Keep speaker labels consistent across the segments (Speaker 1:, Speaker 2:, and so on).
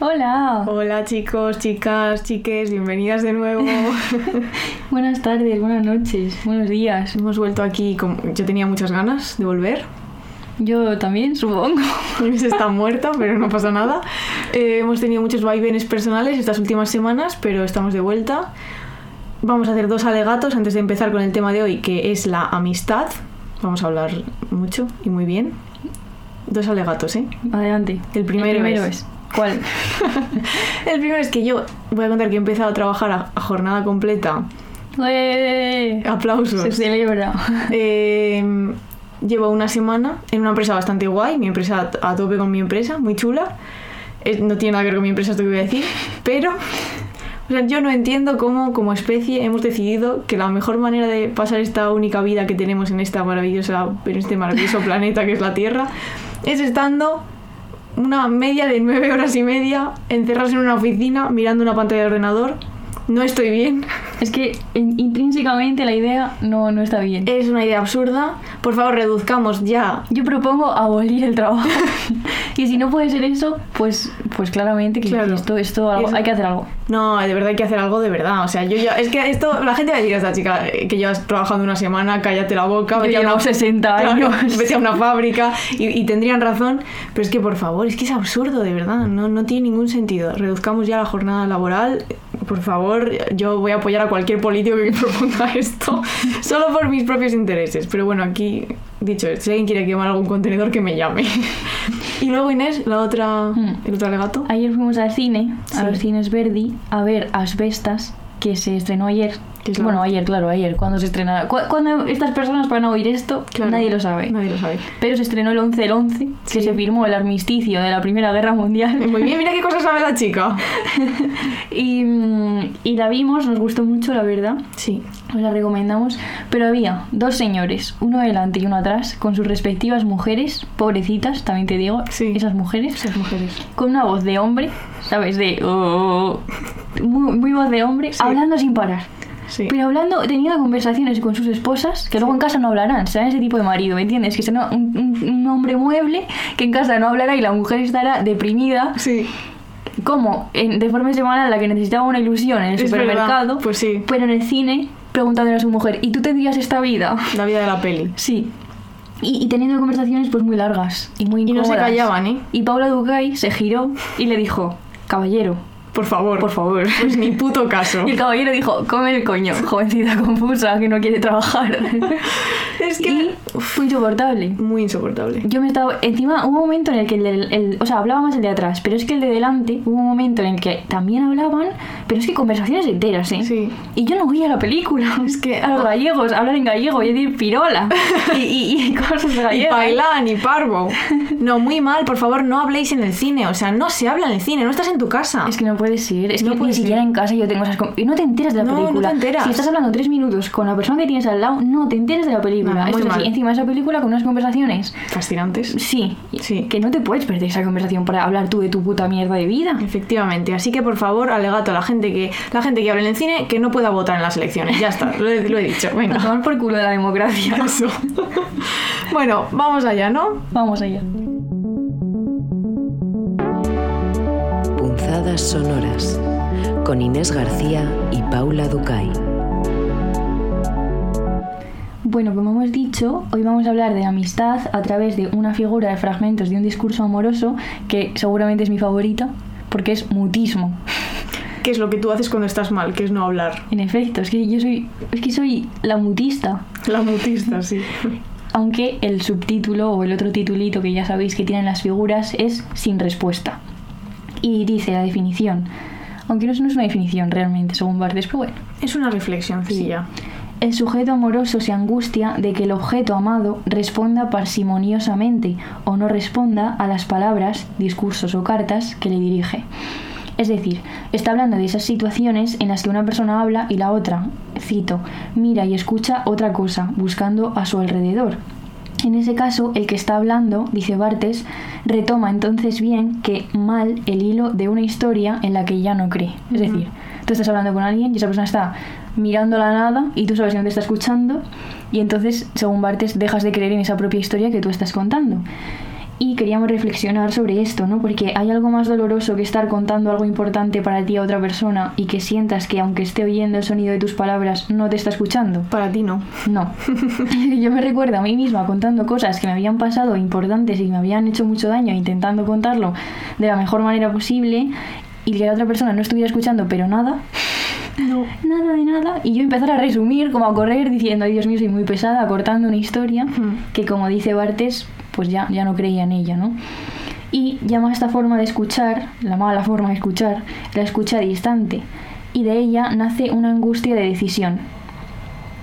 Speaker 1: Hola.
Speaker 2: Hola chicos, chicas, chiques, bienvenidas de nuevo.
Speaker 1: buenas tardes, buenas noches, buenos días.
Speaker 2: Hemos vuelto aquí, con- yo tenía muchas ganas de volver.
Speaker 1: Yo también, supongo.
Speaker 2: Se está muerta, pero no pasa nada. Eh, hemos tenido muchos vaivenes personales estas últimas semanas, pero estamos de vuelta. Vamos a hacer dos alegatos antes de empezar con el tema de hoy, que es la amistad. Vamos a hablar mucho y muy bien. Dos alegatos, ¿eh?
Speaker 1: Adelante.
Speaker 2: El primero es-
Speaker 1: ¿Cuál?
Speaker 2: El primero es que yo voy a contar que he empezado a trabajar a a jornada completa.
Speaker 1: ¡Eh!
Speaker 2: Aplausos.
Speaker 1: Se celebra.
Speaker 2: Eh, llevo una semana en una empresa bastante guay, mi empresa a tope con mi empresa, muy chula. Eh, no tiene nada que ver con mi empresa esto que voy a decir, pero o sea, yo no entiendo cómo como especie hemos decidido que la mejor manera de pasar esta única vida que tenemos en esta maravillosa, en este maravilloso planeta que es la Tierra, es estando una media de nueve horas y media encerrados en una oficina mirando una pantalla de ordenador. No estoy bien.
Speaker 1: Es que in- intrínsecamente la idea no, no está bien.
Speaker 2: Es una idea absurda. Por favor, reduzcamos ya
Speaker 1: Yo propongo abolir el trabajo. y si no puede ser eso, pues, pues claramente que
Speaker 2: Claro.
Speaker 1: esto, esto algo-
Speaker 2: Eso.
Speaker 1: hay que hacer algo.
Speaker 2: No, de verdad hay que hacer algo de verdad. O sea, yo ya. Es que esto. La gente va a decir a esta chica eh, que llevas trabajando una semana, cállate la boca,
Speaker 1: Yo
Speaker 2: vete a
Speaker 1: llevo
Speaker 2: una.
Speaker 1: 60
Speaker 2: Claro,
Speaker 1: años.
Speaker 2: vete a una fábrica y, y tendrían razón. Pero es que, por favor, es que es absurdo, de verdad. No, no tiene ningún sentido. Reduzcamos ya la jornada laboral. Por favor, yo voy a apoyar a cualquier político que proponga esto. Solo por mis propios intereses. Pero bueno, aquí. Dicho, si alguien quiere quemar algún contenedor, que me llame. y luego, Inés, la otra.
Speaker 1: Hmm.
Speaker 2: El otro alegato.
Speaker 1: Ayer fuimos al cine, a
Speaker 2: Sí.
Speaker 1: los cines Verdi, a ver Asbestas, que se estrenó ayer.
Speaker 2: Que es la-
Speaker 1: Bueno, ayer, claro, ayer, cuando se estrenará. Cu- Cuando estas personas van a oír esto,
Speaker 2: Claro,
Speaker 1: nadie lo sabe.
Speaker 2: Nadie lo sabe.
Speaker 1: Pero se estrenó el 11 del 11,
Speaker 2: Sí.
Speaker 1: que se firmó el armisticio de la Primera Guerra Mundial.
Speaker 2: Muy bien, mira qué cosas sabe la chica.
Speaker 1: Y, mm, y la vimos, nos gustó mucho, la verdad.
Speaker 2: Sí.
Speaker 1: Os la recomendamos. Pero había dos señores, uno delante y uno atrás, con sus respectivas mujeres, pobrecitas, también te digo,
Speaker 2: Sí.
Speaker 1: esas mujeres.
Speaker 2: Esas mujeres.
Speaker 1: con una voz de hombre, ¿sabes? De. "Oh, oh, oh". muy, muy voz de hombre,
Speaker 2: Sí.
Speaker 1: hablando sin parar.
Speaker 2: Sí.
Speaker 1: Pero hablando, teniendo conversaciones con sus esposas, que luego en casa no hablarán, serán ese tipo de marido, ¿me entiendes? Que será un, un- un hombre mueble que en casa no hablará y la mujer estará deprimida,
Speaker 2: sí.
Speaker 1: como en, de forma semanal la que necesitaba una ilusión en el
Speaker 2: Es
Speaker 1: supermercado,
Speaker 2: verdad, pues sí.
Speaker 1: pero en el cine preguntándole a su mujer, ¿y tú tendrías esta vida?
Speaker 2: La vida de la peli.
Speaker 1: Sí. Y, y teniendo conversaciones pues muy largas y muy
Speaker 2: Y no
Speaker 1: incómodas.
Speaker 2: se callaban, ¿eh?
Speaker 1: Y Paula Ducay se giró y le dijo, caballero,
Speaker 2: Por favor.
Speaker 1: por favor.
Speaker 2: Pues ni puto caso.
Speaker 1: Y el caballero dijo, come el coño, jovencita confusa que no quiere trabajar.
Speaker 2: es
Speaker 1: y fue insoportable.
Speaker 2: Muy insoportable.
Speaker 1: Yo me estaba... Encima hubo un momento en el que el, del- el- O sea, hablaba más el de atrás, pero es que el de delante hubo un momento en el que también hablaban, pero es que conversaciones enteras, ¿eh?
Speaker 2: Sí.
Speaker 1: Y yo no oía la película.
Speaker 2: Es que- ah.
Speaker 1: A los gallegos, hablar en gallego y decir pirola. y, y, y cosas
Speaker 2: Y
Speaker 1: gallegas. ¿eh?
Speaker 2: bailan y parvo. No, muy mal, por favor, no habléis en el cine. O sea, no se habla en el cine, no estás en tu casa.
Speaker 1: Es que no puede ser, es
Speaker 2: No
Speaker 1: que
Speaker 2: puede
Speaker 1: ni
Speaker 2: ser.
Speaker 1: siquiera en casa yo tengo esas... com- Y no te enteras de la
Speaker 2: No, no te
Speaker 1: película.
Speaker 2: enteras.
Speaker 1: Si estás hablando tres minutos con la persona que tienes al lado, no te enteras de la película.
Speaker 2: Nada,
Speaker 1: Esto
Speaker 2: muy
Speaker 1: es así.
Speaker 2: mal.
Speaker 1: encima esa película con unas conversaciones.
Speaker 2: Fascinantes.
Speaker 1: Sí,
Speaker 2: Sí.
Speaker 1: que no te puedes perder esa conversación para hablar tú de tu puta mierda de vida.
Speaker 2: Efectivamente, así que por favor, alegato a la gente que la gente que habla en el cine que no pueda votar en las elecciones. Ya está, lo he, lo he dicho.
Speaker 1: A
Speaker 2: Venga.
Speaker 1: tomar por culo de la democracia.
Speaker 2: Eso. bueno, vamos allá, ¿no?
Speaker 1: Vamos allá.
Speaker 3: Punzadas Sonoras con Inés García y Paula Ducay.
Speaker 1: Bueno, como hemos dicho, hoy vamos a hablar de amistad a través de una figura de fragmentos de un discurso amoroso que seguramente es mi favorita porque es mutismo.
Speaker 2: ¿Qué es lo que tú haces cuando estás mal? Que es no hablar.
Speaker 1: En efecto, es que yo soy, es que soy la mutista.
Speaker 2: La mutista, sí.
Speaker 1: Aunque el subtítulo o el otro titulito que ya sabéis que tienen las figuras es sin respuesta. Y dice la definición. Aunque no es no es una definición realmente, según Barthes, pero bueno.
Speaker 2: Es una reflexioncilla.
Speaker 1: El sujeto amoroso se angustia de que el objeto amado responda parsimoniosamente o no responda a las palabras, discursos o cartas que le dirige. Es decir, está hablando de esas situaciones en las que una persona habla y la otra, cito, mira y escucha otra cosa, buscando a su alrededor. En ese caso, el que está hablando, dice Bartes, retoma entonces bien que mal el hilo de una historia en la que ya no cree. Es decir, tú estás hablando con alguien y esa persona está mirando la nada y tú sabes que no te está escuchando y entonces, según Bartes, dejas de creer en esa propia historia que tú estás contando. Y queríamos reflexionar sobre esto, ¿no? Porque hay algo más doloroso que estar contando algo importante para ti a otra persona y que sientas que aunque esté oyendo el sonido de tus palabras, no te está escuchando.
Speaker 2: Para ti no.
Speaker 1: No. Yo me recuerdo a mí misma contando cosas que me habían pasado importantes y que me habían hecho mucho daño, intentando contarlo de la mejor manera posible y que la otra persona no estuviera escuchando, pero nada,
Speaker 2: No.
Speaker 1: nada de nada. Y yo empezar a resumir, como a correr, diciendo, ay Dios mío, soy muy pesada, cortando una historia
Speaker 2: Hmm.
Speaker 1: que, como dice Bartes, pues ya, ya no creía en ella, ¿no? Y llama a esta forma de escuchar, la mala forma de escuchar, la escucha distante. Y de ella nace una angustia de decisión.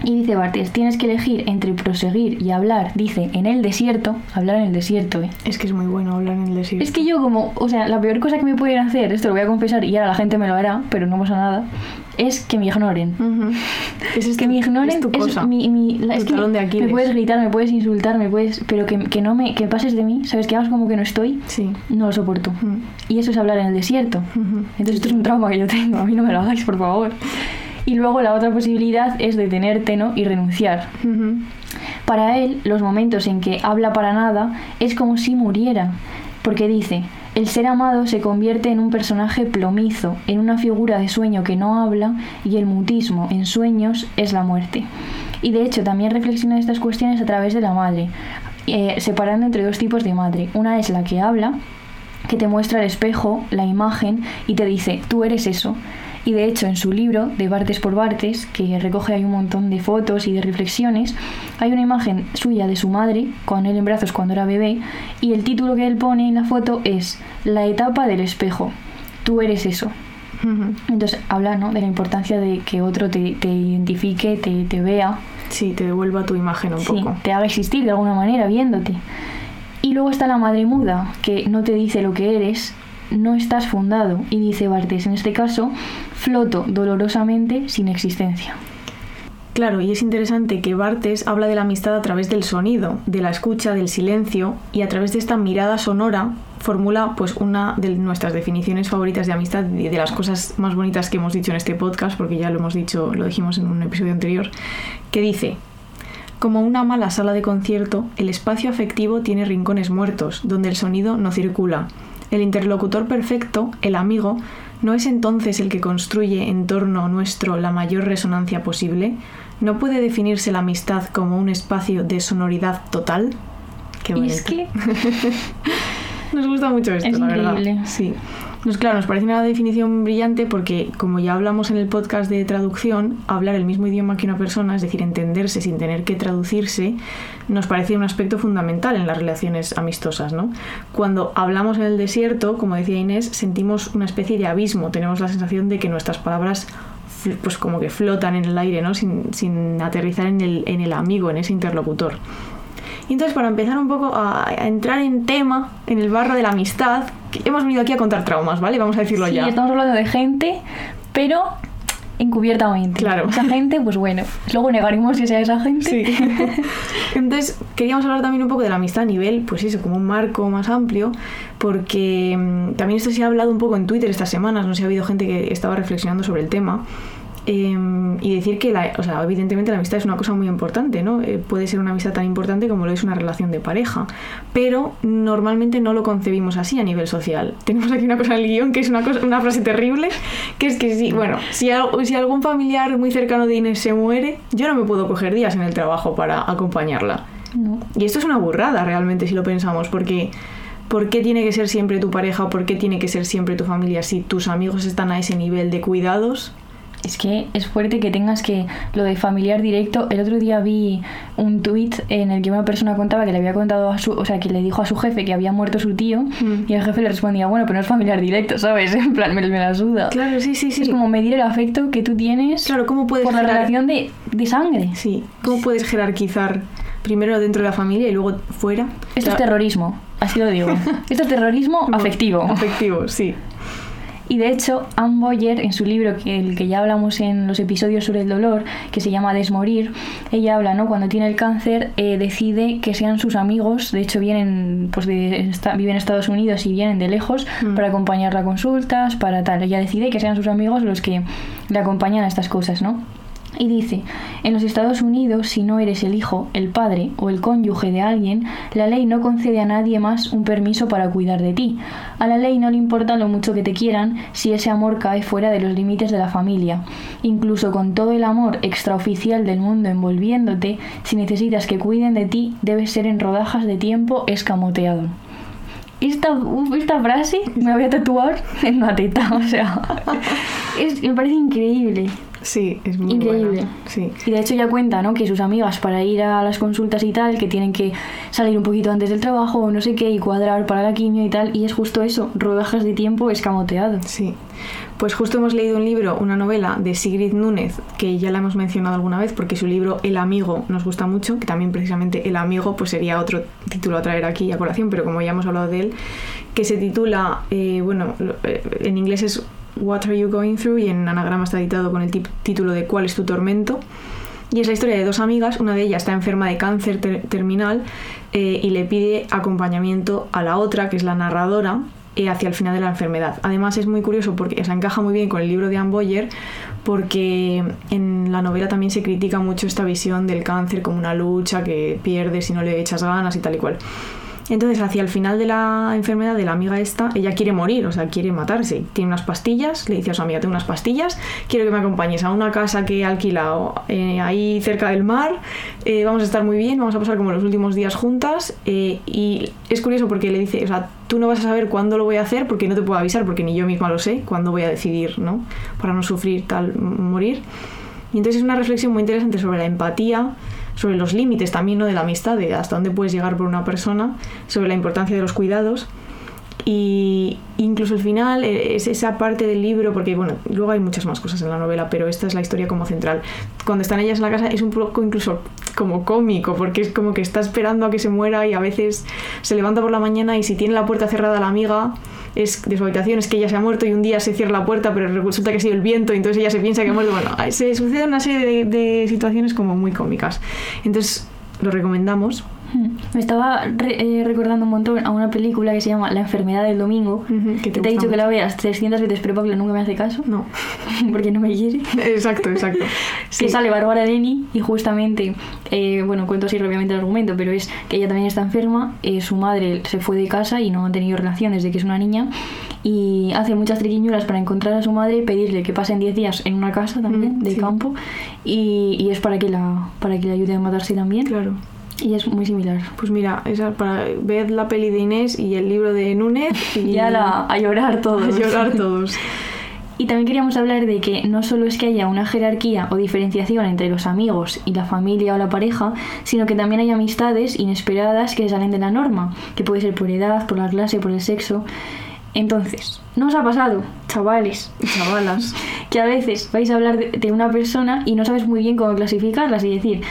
Speaker 1: Y dice Bartes, tienes que elegir entre proseguir y hablar, dice, en el desierto, hablar en el desierto, ¿eh?
Speaker 2: Es que es muy bueno hablar en el desierto.
Speaker 1: Es que yo como, o sea, la peor cosa que me pueden hacer, esto lo voy a confesar y ahora la gente me lo hará, pero no pasa nada, es que me ignoren.
Speaker 2: Ujú. Ese es
Speaker 1: Que
Speaker 2: tu-
Speaker 1: me ignoren
Speaker 2: Es tu
Speaker 1: es
Speaker 2: cosa.
Speaker 1: mi, mi- la-
Speaker 2: Tu
Speaker 1: es que
Speaker 2: talón de Aquiles.
Speaker 1: me puedes gritar, me puedes insultar, me puedes, pero que, que no me que pases de mí, sabes que hagas como que no estoy,
Speaker 2: Sí.
Speaker 1: no lo soporto.
Speaker 2: Mm.
Speaker 1: Y eso es hablar en el desierto.
Speaker 2: Ujú.
Speaker 1: Entonces esto es un trauma que yo tengo, a mí no me lo hagáis, por favor. Y luego la otra posibilidad es detenerte, ¿no? y renunciar.
Speaker 2: Ujú.
Speaker 1: Para él, los momentos en que habla para nada es como si muriera, porque dice, el ser amado se convierte en un personaje plomizo, en una figura de sueño que no habla, y el mutismo en sueños es la muerte. Y de hecho también reflexiona estas cuestiones a través de la madre, eh, separando entre dos tipos de madre. Una es la que habla, que te muestra el espejo, la imagen, y te dice, tú eres eso. Y de hecho, en su libro, de Bartes por Bartes, que recoge ahí un montón de fotos y de reflexiones, hay una imagen suya de su madre, con él en brazos cuando era bebé, y el título que él pone en la foto es La etapa del espejo. Tú eres eso.
Speaker 2: Ujú.
Speaker 1: Entonces habla ¿no? de la importancia de que otro te, te identifique, te, te vea,
Speaker 2: Sí, te devuelva tu imagen un
Speaker 1: Sí,
Speaker 2: poco.
Speaker 1: te haga existir de alguna manera viéndote. Y luego está la madre muda, que no te dice lo que eres, no estás fundado. Y dice Bartes, en este caso, floto dolorosamente sin existencia.
Speaker 2: Claro, y es interesante que Bartes habla de la amistad a través del sonido, de la escucha, del silencio, y a través de esta mirada sonora formula pues una de nuestras definiciones favoritas de amistad y de las cosas más bonitas que hemos dicho en este podcast, porque ya lo hemos dicho, lo dijimos en un episodio anterior, que dice como una mala sala de concierto, el espacio afectivo tiene rincones muertos, donde el sonido no circula. El interlocutor perfecto, el amigo, no es entonces el que construye en torno nuestro la mayor resonancia posible. ¿No puede definirse la amistad como un espacio de sonoridad total? Qué
Speaker 1: y es
Speaker 2: bonito.
Speaker 1: que
Speaker 2: Nos gusta mucho esto,
Speaker 1: Es
Speaker 2: la
Speaker 1: increíble.
Speaker 2: verdad. Sí. Pues claro, nos parece una definición brillante porque, como ya hablamos en el podcast de traducción, hablar el mismo idioma que una persona, es decir, entenderse sin tener que traducirse, nos parece un aspecto fundamental en las relaciones amistosas, ¿no? Cuando hablamos en el desierto, como decía Inés, sentimos una especie de abismo, tenemos la sensación de que nuestras palabras fl- pues como que flotan en el aire, ¿no? Sin, sin aterrizar en el, en el amigo, en ese interlocutor. Y entonces, para empezar un poco a, a entrar en tema, en el barro de la amistad, que hemos venido aquí a contar traumas, ¿vale? Vamos a decirlo
Speaker 1: sí,
Speaker 2: ya.
Speaker 1: estamos hablando de gente, pero encubiertamente.
Speaker 2: Claro.
Speaker 1: Esa gente, pues bueno, luego negaremos que sea esa gente.
Speaker 2: Sí. Entonces, queríamos hablar también un poco de la amistad a nivel, pues eso, como un marco más amplio, porque mm, también esto se ha hablado un poco en Twitter estas semanas, no sé, ha habido gente que estaba reflexionando sobre el tema. em, y decir que, la, o sea, evidentemente la amistad es una cosa muy importante, ¿no? Eh, puede ser una amistad tan importante como lo es una relación de pareja, pero normalmente no lo concebimos así a nivel social. Tenemos aquí una cosa en el guión que es una, cosa, una frase terrible, que es que sí, bueno, si, al- si algún familiar muy cercano de Inés se muere, yo no me puedo coger días en el trabajo para acompañarla.
Speaker 1: No.
Speaker 2: Y esto es una burrada realmente si lo pensamos, porque ¿por qué tiene que ser siempre tu pareja? ¿Por qué tiene que ser siempre tu familia si tus amigos están a ese nivel de cuidados?
Speaker 1: Es que es fuerte que tengas que lo de familiar directo. El otro día vi un tuit en el que una persona contaba que le había contado a su, o sea, que le dijo a su jefe que había muerto su tío
Speaker 2: Mm.
Speaker 1: y el jefe le respondía, bueno, pero no es familiar directo, ¿sabes? En plan, me, me la suda.
Speaker 2: Claro, sí, sí, sí.
Speaker 1: Es como medir el afecto que tú tienes
Speaker 2: Claro, ¿cómo puedes
Speaker 1: por la
Speaker 2: generar-
Speaker 1: relación de, de sangre.
Speaker 2: Sí, ¿cómo puedes jerarquizar primero dentro de la familia y luego fuera?
Speaker 1: Esto es
Speaker 2: Claro.
Speaker 1: terrorismo, así lo digo. Esto es terrorismo afectivo.
Speaker 2: Afectivo, sí.
Speaker 1: Y de hecho, Anne Boyer, en su libro, que el que ya hablamos en los episodios sobre el dolor, que se llama Desmorir, ella habla, ¿no? Cuando tiene el cáncer, eh, decide que sean sus amigos, de hecho vienen, pues de, esta- viven en Estados Unidos y vienen de lejos,
Speaker 2: Mm.
Speaker 1: para acompañarla a consultas, para tal. Ella decide que sean sus amigos los que le acompañan a estas cosas, ¿no? y dice, en los Estados Unidos, si no eres el hijo, el padre o el cónyuge de alguien, la ley no concede a nadie más un permiso para cuidar de ti. A la ley no le importa lo mucho que te quieran si ese amor cae fuera de los límites de la familia. Incluso con todo el amor extraoficial del mundo envolviéndote, si necesitas que cuiden de ti, debes ser en rodajas de tiempo escamoteado. Esta, uf, esta frase me la voy a tatuar en la teta, o sea, es- me parece increíble.
Speaker 2: Sí, es muy
Speaker 1: Increíble.
Speaker 2: buena. Sí.
Speaker 1: Y de hecho ya cuenta, ¿no? Que sus amigas para ir a las consultas y tal, que tienen que salir un poquito antes del trabajo o no sé qué y cuadrar para la quimio y tal, y es justo eso, rodajas de tiempo escamoteado.
Speaker 2: Sí. Pues justo hemos leído un libro, una novela de Sigrid Núñez, que ya la hemos mencionado alguna vez porque su libro El amigo nos gusta mucho, que también precisamente El amigo pues sería otro título a traer aquí a colación, pero como ya hemos hablado de él, que se titula, eh, bueno, lo- eh, en inglés es What Are You Going Through y en anagrama está editado con el tip- título de ¿Cuál es tu tormento? Y es la historia de dos amigas, una de ellas está enferma de cáncer ter- terminal eh, y le pide acompañamiento a la otra, que es la narradora, eh, hacia el final de la enfermedad. Además es muy curioso porque se encaja muy bien con el libro de Anne Boyer porque en la novela también se critica mucho esta visión del cáncer como una lucha que pierdes y no le echas ganas y tal y cual. Entonces, hacia el final de la enfermedad de la amiga esta, ella quiere morir, o sea, quiere matarse. Tiene unas pastillas, le dice a su amiga, tengo unas pastillas, quiero que me acompañes a una casa que he alquilado eh, ahí cerca del mar, eh, vamos a estar muy bien, vamos a pasar como los últimos días juntas. eh, y es curioso porque le dice, o sea, tú no vas a saber cuándo lo voy a hacer porque no te puedo avisar, porque ni yo misma lo sé, cuándo voy a decidir, ¿no? Para no sufrir tal, m- morir. Y entonces es una reflexión muy interesante sobre la empatía, sobre los límites también ¿no? de la amistad, de hasta dónde puedes llegar por una persona, sobre la importancia de los cuidados. Y incluso el final eh, es esa parte del libro, porque bueno, luego hay muchas más cosas en la novela, pero esta es la historia como central. Cuando están ellas en la casa es un poco incluso como cómico, porque es como que está esperando a que se muera y a veces se levanta por la mañana y si tiene la puerta cerrada la amiga es de su habitación es que ella se ha muerto y un día se cierra la puerta, pero resulta que ha sido el viento, y entonces ella se piensa que ha muerto. Bueno, se sucede una serie de, de situaciones como muy cómicas. Entonces lo recomendamos.
Speaker 1: Hmm. Me estaba re- eh, recordando un montón a una película que se llama La enfermedad del domingo,
Speaker 2: Ujú,
Speaker 1: te
Speaker 2: que te
Speaker 1: he
Speaker 2: gusta
Speaker 1: dicho que
Speaker 2: mucho.
Speaker 1: la veas 300 veces, pero Pablo nunca me hace caso,
Speaker 2: No,
Speaker 1: porque no me quiere.
Speaker 2: exacto, exacto.
Speaker 1: que sale Bárbara Leni y justamente, eh, bueno, cuento así rápidamente el argumento, pero es que ella también está enferma, eh, su madre se fue de casa y no han tenido relación desde que es una niña y hace muchas triquiñuelas para encontrar a su madre y pedirle que pasen 10 días en una casa también,
Speaker 2: Mm,
Speaker 1: del
Speaker 2: sí.
Speaker 1: campo, y, y es para que, la, para que la ayude a matarse también
Speaker 2: Claro.
Speaker 1: y es muy similar.
Speaker 2: Pues mira, esa para ver la peli de Inés y el libro de Núñez y
Speaker 1: Ya la, a llorar todo.
Speaker 2: a llorar todos.
Speaker 1: Y también queríamos hablar de que no solo es que haya una jerarquía o diferenciación entre los amigos y la familia o la pareja, sino que también hay amistades inesperadas que salen de la norma, que puede ser por edad, por la clase, por el sexo. Entonces, ¿no os ha pasado, chavales,
Speaker 2: Chavalas.
Speaker 1: que a veces vais a hablar de, de una persona y no sabes muy bien cómo clasificarlas y decir,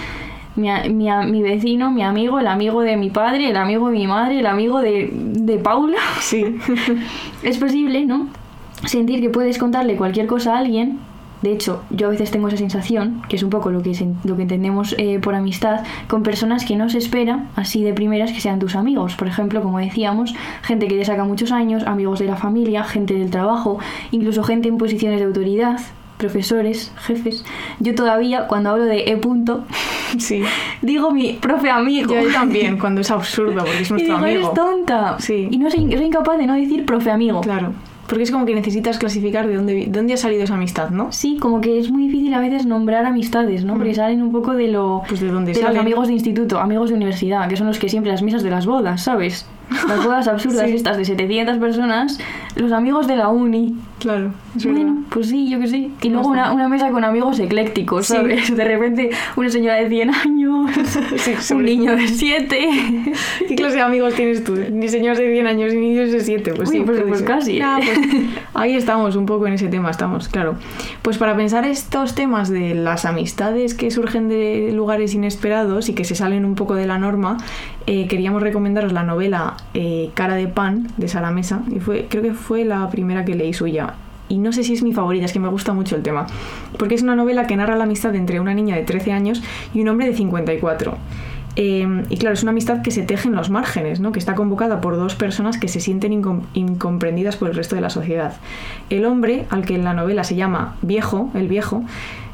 Speaker 1: mi, a- mi, a- mi vecino, mi amigo, el amigo de mi padre, el amigo de mi madre, el amigo de, de Paula?
Speaker 2: Sí.
Speaker 1: Es posible, ¿no? Sentir que puedes contarle cualquier cosa a alguien. De hecho, yo a veces tengo esa sensación, que es un poco lo que, sen- lo que entendemos eh, por amistad, con personas que no se espera así de primeras que sean tus amigos. Por ejemplo, como decíamos, gente que te saca muchos años, amigos de la familia, gente del trabajo, incluso gente en posiciones de autoridad, profesores, jefes. Yo todavía, cuando hablo de E punto,
Speaker 2: Sí.
Speaker 1: digo mi profe amigo.
Speaker 2: Yo también, cuando es absurdo, porque es
Speaker 1: Y
Speaker 2: nuestro
Speaker 1: digo,
Speaker 2: amigo.
Speaker 1: eres tonta.
Speaker 2: Sí.
Speaker 1: Y no soy, soy incapaz de no decir profe amigo.
Speaker 2: Claro. Porque es como que necesitas clasificar de dónde, vi- de dónde ha salido esa amistad, ¿no?
Speaker 1: Sí, como que es muy difícil a veces nombrar amistades, ¿no? Porque
Speaker 2: Mm.
Speaker 1: salen un poco de lo
Speaker 2: Pues de dónde
Speaker 1: los
Speaker 2: salen.
Speaker 1: amigos de instituto, amigos de universidad, que son los que siempre las misas de las bodas, ¿sabes? Las bodas absurdas
Speaker 2: Sí.
Speaker 1: estas de 700 personas, los amigos de la uni.
Speaker 2: Claro. es
Speaker 1: Bueno,
Speaker 2: verdad.
Speaker 1: pues sí, yo que sé. Y luego
Speaker 2: más da?
Speaker 1: una, una mesa con amigos eclécticos,
Speaker 2: Sí.
Speaker 1: ¿sabes? De repente una señora de 100 años,
Speaker 2: Sí,
Speaker 1: un
Speaker 2: sobre
Speaker 1: niño de 7.
Speaker 2: ¿Qué clase de amigos tienes tú? Ni señores de 100 años ni niños de 7. Pues
Speaker 1: Uy,
Speaker 2: sí,
Speaker 1: pues-
Speaker 2: puede
Speaker 1: pues
Speaker 2: ser.
Speaker 1: casi,
Speaker 2: Ya,
Speaker 1: ¿eh?
Speaker 2: pues, ahí estamos, un poco en ese tema estamos, claro. Pues para pensar estos temas de las amistades que surgen de lugares inesperados y que se salen un poco de la norma, eh, queríamos recomendaros la novela eh, Cara de Pan de Sara Mesa. Y fue, creo que fue la primera que leí suya. Y no sé si es mi favorita, es que me gusta mucho el tema. Porque es una novela que narra la amistad entre una niña de 13 años y un hombre de 54. Eh, Eh, y claro, es una amistad que se teje en los márgenes, ¿no? que está convocada por dos personas que se sienten incom- incomprendidas por el resto de la sociedad. El hombre, al que en la novela se llama viejo, el viejo,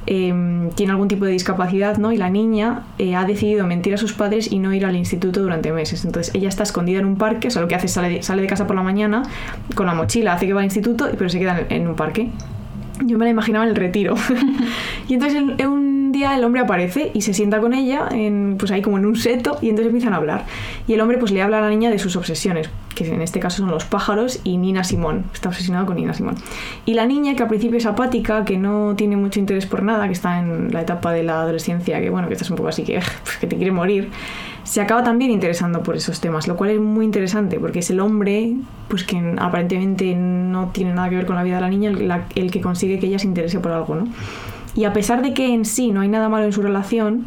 Speaker 2: eh, tiene algún tipo de discapacidad, ¿no? Y la niña eh, ha decidido mentir a sus padres y no ir al instituto durante meses. Entonces ella está escondida en un parque, o sea, lo que hace es sale de, sale de casa por la mañana con la mochila, hace que va al instituto, pero se queda en, en un parque. Yo me la imaginaba en el retiro. y entonces en- en un día el hombre aparece y se sienta con ella, en, pues ahí como en un seto, y entonces empiezan a hablar. Y el hombre pues le habla a la niña de sus obsesiones, que en este caso son los pájaros y Nina Simón. Está obsesionado con Nina Simón. Y la niña, que al principio es apática, que no tiene mucho interés por nada, que está en la etapa de la adolescencia, que bueno, que estás un poco así que, pues, que te quiere morir, se acaba también interesando por esos temas, lo cual es muy interesante, porque es el hombre, pues que aparentemente no tiene nada que ver con la vida de la niña, el, la- el que consigue que ella se interese por algo, ¿no? Y a pesar de que en sí no hay nada malo en su relación,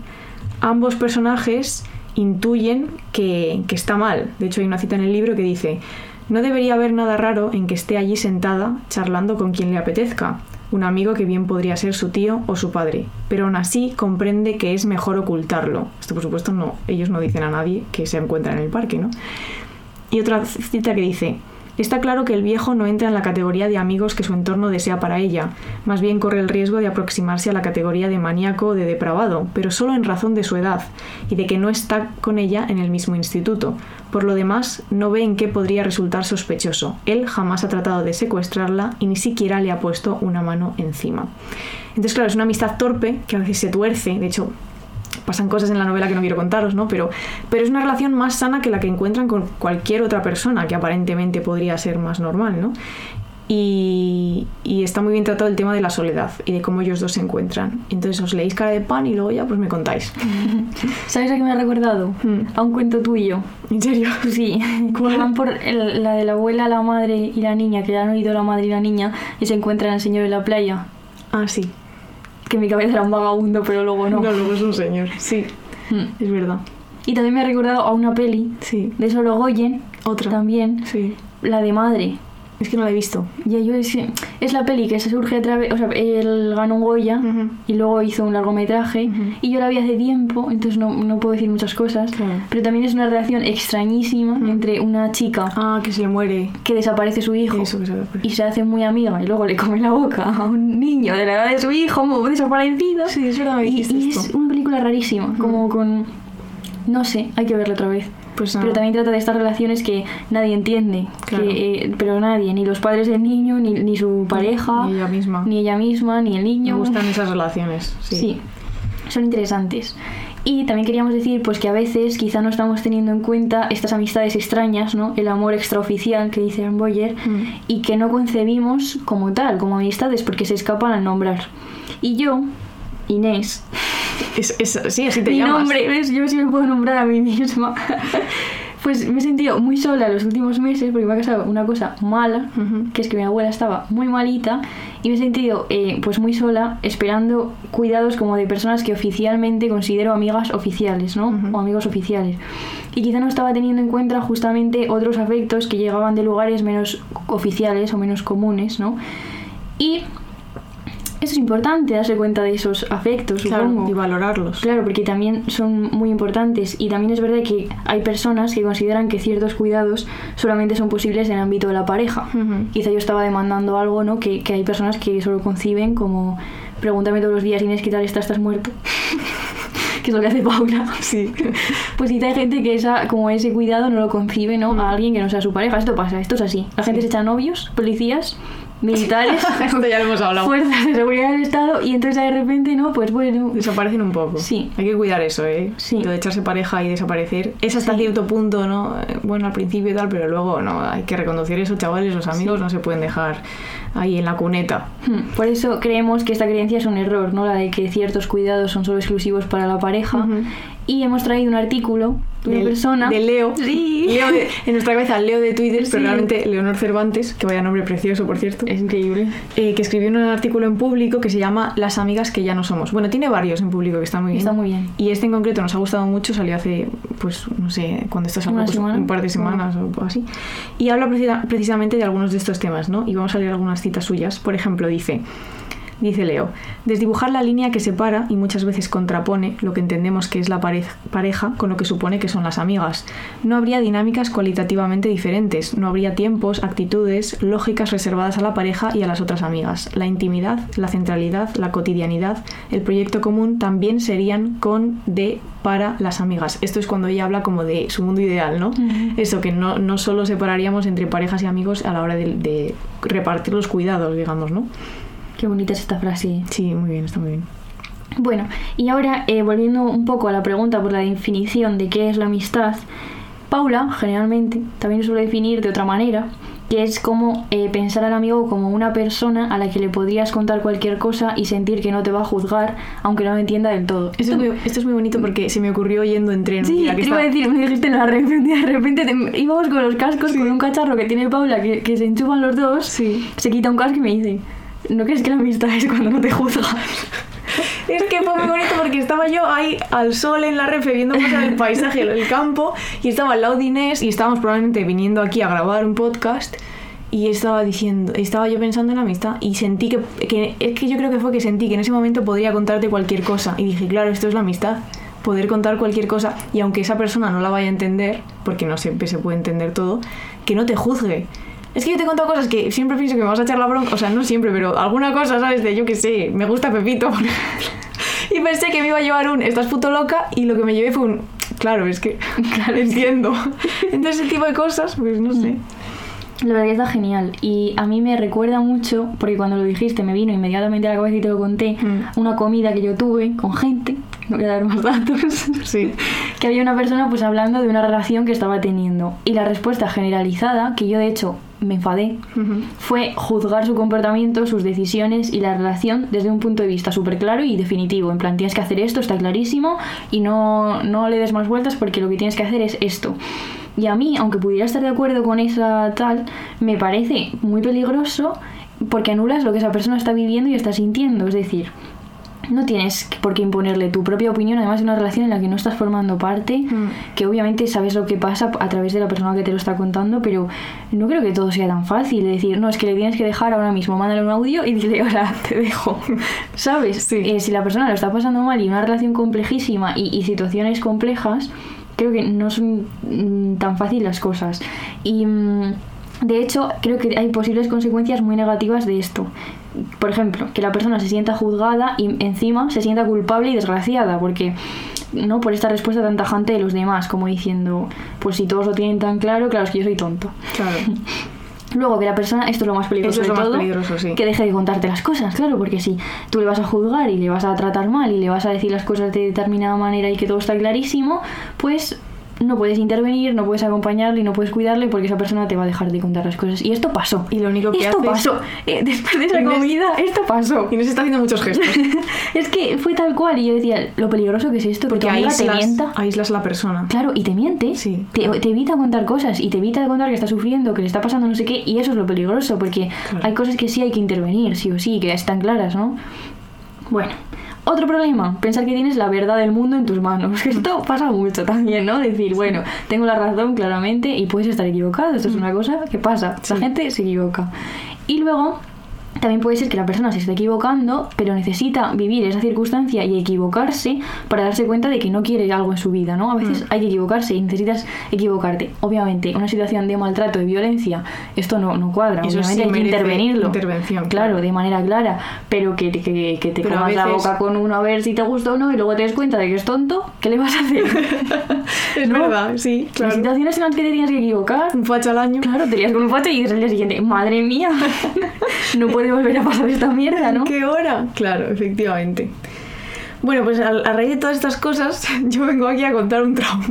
Speaker 2: ambos personajes intuyen que, que está mal. De hecho, hay una cita en el libro que dice, no debería haber nada raro en que esté allí sentada charlando con quien le apetezca, un amigo que bien podría ser su tío o su padre, pero aún así comprende que es mejor ocultarlo. Esto, por supuesto, no, ellos no dicen a nadie que se encuentran en el parque, ¿no? Y otra cita que dice, está claro que el viejo no entra en la categoría de amigos que su entorno desea para ella, más bien corre el riesgo de aproximarse a la categoría de maníaco o de depravado, pero solo en razón de su edad y de que no está con ella en el mismo instituto. Por lo demás, no ve en qué podría resultar sospechoso. Él jamás ha tratado de secuestrarla y ni siquiera le ha puesto una mano encima. Entonces, claro, es una amistad torpe que a veces se tuerce, de hecho, pasan cosas en la novela que no quiero contaros, ¿no? Pero, pero es una relación más sana que la que encuentran con cualquier otra persona, que aparentemente podría ser más normal, ¿no? Y, y está muy bien tratado el tema de la soledad y de cómo ellos dos se encuentran. Entonces os leéis cara de pan y luego ya pues me contáis.
Speaker 1: ¿Sabes a qué me ha recordado?
Speaker 2: Hmm.
Speaker 1: A un cuento tuyo.
Speaker 2: ¿En serio?
Speaker 1: Pues Sí,
Speaker 2: ¿Cuál?
Speaker 1: van por el- la de la abuela, la madre y la niña, que ya han oído la madre y la niña, y se encuentran al señor en la playa.
Speaker 2: Ah, sí.
Speaker 1: Que en mi cabeza era un vagabundo, pero luego no.
Speaker 2: No, luego es un señor. Sí,
Speaker 1: Hmm.
Speaker 2: es verdad.
Speaker 1: Y también me ha recordado a una peli
Speaker 2: Sí.
Speaker 1: de Sorogoyen,
Speaker 2: Otra.
Speaker 1: también,
Speaker 2: Sí.
Speaker 1: la de madre.
Speaker 2: Es que no la he visto.
Speaker 1: Y yo es, es la peli que se surge a través, o sea, él ganó un Goya
Speaker 2: Ujú.
Speaker 1: y luego hizo un largometraje
Speaker 2: Ujú.
Speaker 1: y yo la vi hace tiempo, entonces no, no puedo decir muchas cosas,
Speaker 2: Claro.
Speaker 1: pero también es una relación extrañísima
Speaker 2: Ujú.
Speaker 1: entre una chica
Speaker 2: Ah, que se le muere.
Speaker 1: que desaparece su hijo
Speaker 2: Eso que se le muere.
Speaker 1: y se hace muy amiga y luego le come la boca a un niño de la edad de su hijo muy desaparecido.
Speaker 2: Sí, es verdad, me
Speaker 1: y,
Speaker 2: dijiste
Speaker 1: y
Speaker 2: esto.
Speaker 1: es una película rarísima, como con... No sé, hay que verla otra vez.
Speaker 2: Pues nada.
Speaker 1: Pero también trata de estas relaciones que nadie entiende,
Speaker 2: Claro.
Speaker 1: que, eh, pero nadie, ni los padres del niño, ni, ni su pareja,
Speaker 2: Ni ella misma.
Speaker 1: ni ella misma, ni el
Speaker 2: Me
Speaker 1: niño.
Speaker 2: gustan esas relaciones.
Speaker 1: Sí. son interesantes. Y también queríamos decir pues que a veces quizá no estamos teniendo en cuenta estas amistades extrañas, ¿no? El amor extraoficial que dice Anne Boyer
Speaker 2: Mm.
Speaker 1: y que no concebimos como tal, como amistades, porque se escapan al nombrar. Y yo, Inés,
Speaker 2: Es, es- sí, así te
Speaker 1: mi
Speaker 2: llamas.
Speaker 1: nombre, ¿ves? Yo sí me puedo nombrar a mí misma. Pues me he sentido muy sola los últimos meses porque me ha pasado una cosa mala,
Speaker 2: Ujú.
Speaker 1: que es que mi abuela estaba muy malita y me he sentido eh, pues muy sola esperando cuidados como de personas que oficialmente considero amigas oficiales, ¿no?
Speaker 2: Ujú.
Speaker 1: O amigos oficiales. Y quizá no estaba teniendo en cuenta justamente otros afectos que llegaban de lugares menos oficiales o menos comunes, ¿no? Y eso es importante, darse cuenta de esos afectos,
Speaker 2: Claro,
Speaker 1: supongo.
Speaker 2: y valorarlos.
Speaker 1: Claro, porque también son muy importantes y también es verdad que hay personas que consideran que ciertos cuidados solamente son posibles en el ámbito de la pareja.
Speaker 2: Ujú.
Speaker 1: Quizá yo estaba demandando algo, ¿no? Que, que hay personas que solo conciben como pregúntame todos los días, Inés, ¿qué tal estás? ¿Estás muerto? que es lo que hace Paula.
Speaker 2: Sí.
Speaker 1: Pues quizá hay gente que esa, como ese cuidado no lo concibe, ¿no? A alguien que no sea su pareja. Esto pasa, esto es así. La gente se
Speaker 2: Sí.
Speaker 1: echa novios, policías, militares,
Speaker 2: Esto ya lo hemos hablado.
Speaker 1: fuerzas de seguridad del Estado y entonces de repente, ¿no? Pues bueno,
Speaker 2: Desaparecen un poco.
Speaker 1: Sí.
Speaker 2: Hay que cuidar eso, ¿eh?
Speaker 1: Sí.
Speaker 2: Lo de echarse pareja y desaparecer. Es hasta
Speaker 1: Sí.
Speaker 2: cierto punto, ¿no? Eh, Bueno, al principio y tal, pero luego no. Hay que reconducir eso, chavales. Los amigos no se pueden dejar ahí en la cuneta.
Speaker 1: Hmm, Por eso creemos que esta creencia es un error, ¿no? La de que ciertos cuidados son solo exclusivos para la pareja.
Speaker 2: Ujú.
Speaker 1: Y hemos traído un artículo de una
Speaker 2: Del-
Speaker 1: persona.
Speaker 2: De Leo.
Speaker 1: Sí.
Speaker 2: Leo de- en nuestra cabeza, Leo de Twitter,
Speaker 1: Sí.
Speaker 2: pero realmente Leonor Cervantes, que vaya nombre precioso, por cierto.
Speaker 1: Es increíble.
Speaker 2: eh, que escribió un artículo en público que se llama Las amigas que ya no somos. Bueno, tiene varios en público que están muy bien.
Speaker 1: Está muy bien.
Speaker 2: Y este en concreto nos ha gustado mucho, salió hace, pues, no sé, cuando esto salió,
Speaker 1: Una
Speaker 2: pues,
Speaker 1: semana.
Speaker 2: un par de semanas o así. Y habla precisa- precisamente de algunos de estos temas, ¿no? Y vamos a leer algunas citas suyas. Por ejemplo, dice... Dice Leo, desdibujar la línea que separa y muchas veces contrapone lo que entendemos que es la pare- pareja con lo que supone que son las amigas. No habría dinámicas cualitativamente diferentes, no habría tiempos, actitudes, lógicas reservadas a la pareja y a las otras amigas. La intimidad, la centralidad, la cotidianidad, el proyecto común también serían con, de, para las amigas. Esto es cuando ella habla como de su mundo ideal, ¿no? Eso, que no, no solo separaríamos entre parejas y amigos a la hora de, de repartir los cuidados, digamos, ¿no?
Speaker 1: Qué bonita es esta frase.
Speaker 2: Sí, muy bien, está muy bien.
Speaker 1: Bueno, y ahora eh, volviendo un poco a la pregunta por la definición de qué es la amistad, Paula generalmente también suele definir de otra manera, que es como eh, pensar al amigo como una persona a la que le podrías contar cualquier cosa y sentir que no te va a juzgar, aunque no lo entienda del todo.
Speaker 2: Esto es, muy, esto es muy bonito porque se me ocurrió yendo en tren.
Speaker 1: Sí,
Speaker 2: mira, que
Speaker 1: te iba a
Speaker 2: está-
Speaker 1: decir, me dijiste en la repente, de repente te- íbamos con los cascos, con un cacharro que tiene Paula, que, que se enchufan los dos,
Speaker 2: Sí.
Speaker 1: se quita un casco y me dice, ¿no crees que la amistad es cuando no te juzgas?
Speaker 2: Es que fue muy bonito porque estaba yo ahí al sol en la refe viendo pasar el paisaje, el campo, y estaba al lado de Inés y estábamos probablemente viniendo aquí a grabar un podcast. Y estaba diciendo, estaba yo pensando en la amistad y sentí que, que- es que yo creo que fue que sentí que en ese momento podría contarte cualquier cosa. Y dije, claro, esto es la amistad, poder contar cualquier cosa. Y aunque esa persona no la vaya a entender, porque no siempre se puede entender todo, que no te juzgue. Es que yo te he contado cosas que siempre pienso que me vas a echar la bronca, o sea, no siempre, pero alguna cosa, ¿sabes? De yo que sé, me gusta Pepito. Y pensé que me iba a llevar un estás puto loca y lo que me llevé fue un claro, es que claro, entiendo. Entonces ese tipo de cosas, pues no sé.
Speaker 1: La verdad que está genial y a mí me recuerda mucho, porque cuando lo dijiste me vino inmediatamente a la cabeza y te lo conté,
Speaker 2: Mm.
Speaker 1: una comida que yo tuve con gente, no voy a dar más datos,
Speaker 2: Sí.
Speaker 1: que había una persona pues hablando de una relación que estaba teniendo y la respuesta generalizada, que yo de hecho me enfadé,
Speaker 2: Ujú.
Speaker 1: fue juzgar su comportamiento, sus decisiones y la relación desde un punto de vista súper claro y definitivo. En plan, tienes que hacer esto, está clarísimo, y no, no le des más vueltas porque lo que tienes que hacer es esto. Y a mí, aunque pudiera estar de acuerdo con esa tal, me parece muy peligroso porque anulas lo que esa persona está viviendo y está sintiendo. Es decir, no tienes por qué imponerle tu propia opinión, además de una relación en la que no estás formando parte,
Speaker 2: Mm.
Speaker 1: que obviamente sabes lo que pasa a través de la persona que te lo está contando, pero no creo que todo sea tan fácil. de decir, no, es que le tienes que dejar ahora mismo, mándale un audio y dile, hola, te dejo. ¿Sabes?
Speaker 2: Sí.
Speaker 1: Eh, si la persona lo está pasando mal y una relación complejísima y, y situaciones complejas, creo que no son mm, tan fáciles las cosas. Y mm, de hecho, creo que hay posibles consecuencias muy negativas de esto. Por ejemplo, que la persona se sienta juzgada y encima se sienta culpable y desgraciada, porque no por esta respuesta tan tajante de los demás, como diciendo, pues si todos lo tienen tan claro, claro, es que yo soy tonto.
Speaker 2: Claro.
Speaker 1: Luego que la persona, esto es lo más peligroso
Speaker 2: Eso es lo
Speaker 1: de
Speaker 2: más
Speaker 1: todo,
Speaker 2: peligroso, sí.
Speaker 1: que deje de contarte las cosas, claro, porque si tú le vas a juzgar y le vas a tratar mal y le vas a decir las cosas de determinada manera y que todo está clarísimo, pues no puedes intervenir, no puedes acompañarle, no puedes cuidarle porque esa persona te va a dejar de contar las cosas. Y esto pasó.
Speaker 2: Y lo único que
Speaker 1: esto
Speaker 2: haces-
Speaker 1: pasó. Eh, después de esa
Speaker 2: Inés-
Speaker 1: comida, esto pasó.
Speaker 2: Y nos está haciendo muchos gestos.
Speaker 1: es que fue tal cual y yo decía, lo peligroso que es esto, porque
Speaker 2: Porque
Speaker 1: tu amiga te
Speaker 2: aíslas,
Speaker 1: mienta.
Speaker 2: aíslas a la persona.
Speaker 1: Claro, y te miente.
Speaker 2: Sí.
Speaker 1: Te, te evita contar cosas y te evita contar que está sufriendo, que le está pasando no sé qué, y eso es lo peligroso, porque
Speaker 2: Claro.
Speaker 1: hay cosas que sí hay que intervenir, sí o sí, que están claras, ¿no? Bueno, otro problema, pensar que tienes la verdad del mundo en tus manos. Esto pasa mucho también, ¿no? Decir, bueno, tengo la razón claramente y puedes estar equivocado. Esto es
Speaker 2: Mm.
Speaker 1: una cosa que pasa. La gente se equivoca. Y luego, también puede ser que la persona se esté equivocando, pero necesita vivir esa circunstancia y equivocarse para darse cuenta de que no quiere algo en su vida, ¿no? A
Speaker 2: Mm.
Speaker 1: veces hay que equivocarse y necesitas equivocarte. Obviamente, una situación de maltrato, de violencia, esto no, no cuadra.
Speaker 2: Eso sí
Speaker 1: Obviamente hay que
Speaker 2: merece
Speaker 1: intervenirlo.
Speaker 2: intervención,
Speaker 1: Claro,
Speaker 2: claro.
Speaker 1: de manera clara, pero que, que, que te
Speaker 2: Pero a
Speaker 1: comas la
Speaker 2: veces-
Speaker 1: boca con uno a ver si te gusta o no y luego te des cuenta de que es tonto, ¿qué le vas a hacer?
Speaker 2: es
Speaker 1: No.
Speaker 2: verdad, sí,
Speaker 1: Las
Speaker 2: claro.
Speaker 1: situaciones en las que te tienes que equivocar,
Speaker 2: Un facho al año.
Speaker 1: claro, te lías con un facho y dices al día siguiente, madre mía, no puede volver a pasar esta mierda, ¿no?
Speaker 2: ¿Qué hora? Claro, efectivamente. Bueno, pues a, a raíz de todas estas cosas, yo vengo aquí a contar un trauma.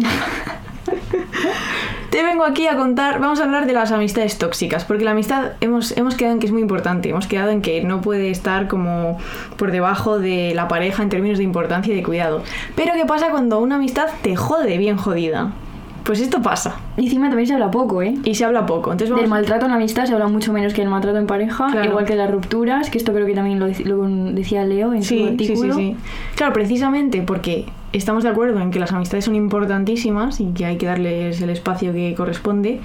Speaker 2: Te vengo aquí a contar, vamos a hablar de las amistades tóxicas, porque la amistad hemos, hemos quedado en que es muy importante, hemos quedado en que no puede estar como por debajo de la pareja en términos de importancia y de cuidado. Pero ¿qué pasa cuando una amistad te jode bien jodida? Pues esto pasa,
Speaker 1: Y encima también se habla poco, ¿eh?
Speaker 2: y se habla poco. Entonces vamos
Speaker 1: Del maltrato en la amistad se habla mucho menos que el maltrato en pareja,
Speaker 2: Claro.
Speaker 1: igual que las rupturas, que esto creo que también lo, dec- lo decía Leo en su artículo.
Speaker 2: Sí, sí, sí. Claro, precisamente porque estamos de acuerdo en que las amistades son importantísimas y que hay que darles el espacio que corresponde,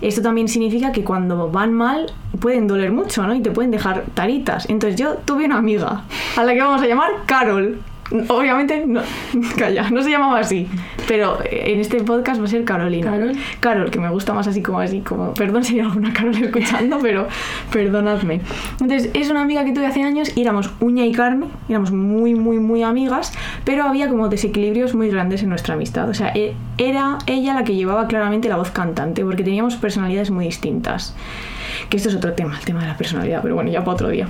Speaker 2: esto también significa que cuando van mal pueden doler mucho, ¿no? Y te pueden dejar taritas. Entonces yo tuve una amiga a la que vamos a llamar Carol. Obviamente, no, calla, no se llamaba así. Pero en este podcast va a ser Carolina.
Speaker 1: Carol.
Speaker 2: Carol, que me gusta más así como así, como. Perdón si hay alguna Carol escuchando, pero perdonadme. Entonces, es una amiga que tuve hace años y éramos uña y carne, éramos muy, muy, muy amigas, pero había como desequilibrios muy grandes en nuestra amistad. O sea, e- era ella la que llevaba claramente la voz cantante, porque teníamos personalidades muy distintas. Que esto es otro tema, el tema de la personalidad, pero bueno, ya para otro día.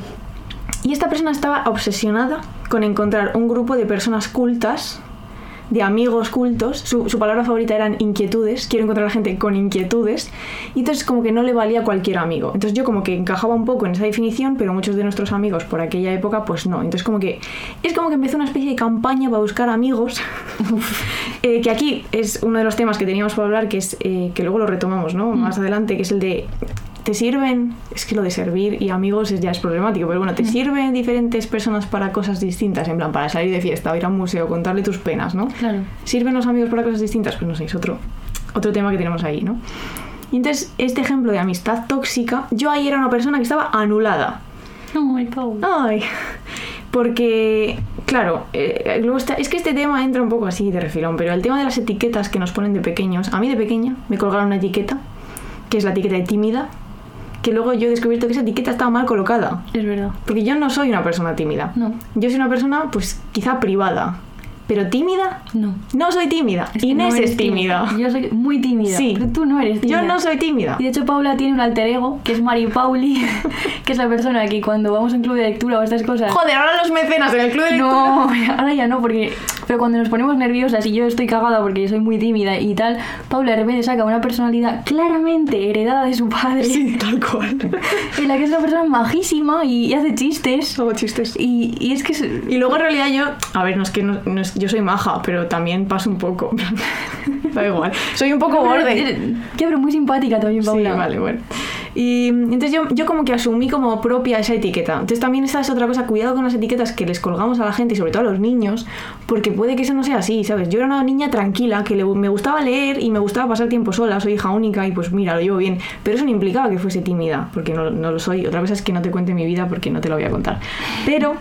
Speaker 2: Y esta persona estaba obsesionada con encontrar un grupo de personas cultas, de amigos cultos. Su, su palabra favorita eran inquietudes. Quiero encontrar gente con inquietudes. Y entonces como que no le valía cualquier amigo. Entonces yo como que encajaba un poco en esa definición, pero muchos de nuestros amigos por aquella época pues no. Entonces como que es como que empezó una especie de campaña para buscar amigos. Eh, que aquí es uno de los temas que teníamos para hablar, que es eh, que luego lo retomamos, ¿no? Más adelante, que es el de te sirven, es que lo de servir y amigos es- ya es problemático, pero bueno, te sirven diferentes personas para cosas distintas, en plan, para salir de fiesta, o ir a un museo, contarle tus penas, ¿no?
Speaker 1: Claro.
Speaker 2: ¿Sirven los amigos para cosas distintas? Pues no sé, es otro, otro tema que tenemos ahí, ¿no? Y entonces, este ejemplo de amistad tóxica, yo ahí era una persona que estaba anulada.
Speaker 1: No, el Pau.
Speaker 2: Ay, porque, claro, eh, luego está- es que este tema entra un poco así de refilón, pero el tema de las etiquetas que nos ponen de pequeños, a mí de pequeña me colgaron una etiqueta, que es la etiqueta de tímida, que luego yo he descubierto que esa etiqueta estaba mal colocada,
Speaker 1: Es verdad.
Speaker 2: porque yo no soy una persona tímida.
Speaker 1: No.
Speaker 2: Yo soy una persona, pues quizá privada, pero tímida,
Speaker 1: No.
Speaker 2: no soy tímida.
Speaker 1: Es que
Speaker 2: Inés
Speaker 1: no eres
Speaker 2: es tímida.
Speaker 1: Yo soy muy tímida.
Speaker 2: Sí.
Speaker 1: Pero tú no eres tímida.
Speaker 2: Yo no soy tímida.
Speaker 1: Y de hecho Paula tiene un alter ego, que es Mari Pauli, que es la persona que cuando vamos a un club de lectura o estas cosas...
Speaker 2: Joder, ahora los mecenas en el club de lectura.
Speaker 1: No, ahora ya no, porque... Pero cuando nos ponemos nerviosas y yo estoy cagada porque soy muy tímida y tal, Paula de repente saca una personalidad claramente heredada de su padre,
Speaker 2: Sí, tal cual.
Speaker 1: en la que es una persona majísima y, y hace chistes.
Speaker 2: Hago chistes.
Speaker 1: Y, y es que... es-
Speaker 2: Y luego en realidad yo, a ver, no es que no, no es- yo soy maja, pero también paso un poco. da igual. Soy un poco borde.
Speaker 1: Ya, pero muy simpática también,
Speaker 2: Sí,
Speaker 1: Paula.
Speaker 2: vale, bueno. Y mm, entonces yo, yo como que asumí como propia esa etiqueta. Entonces también esa es otra cosa, cuidado con las etiquetas que les colgamos a la gente y sobre todo a los niños, porque puede que eso no sea así, ¿sabes? Yo era una niña tranquila, que le- me gustaba leer y me gustaba pasar tiempo sola, soy hija única y pues mira, lo llevo bien. Pero eso no implicaba que fuese tímida, porque no, no lo soy. Otra cosa es que no te cuente mi vida porque no te la voy a contar. Pero...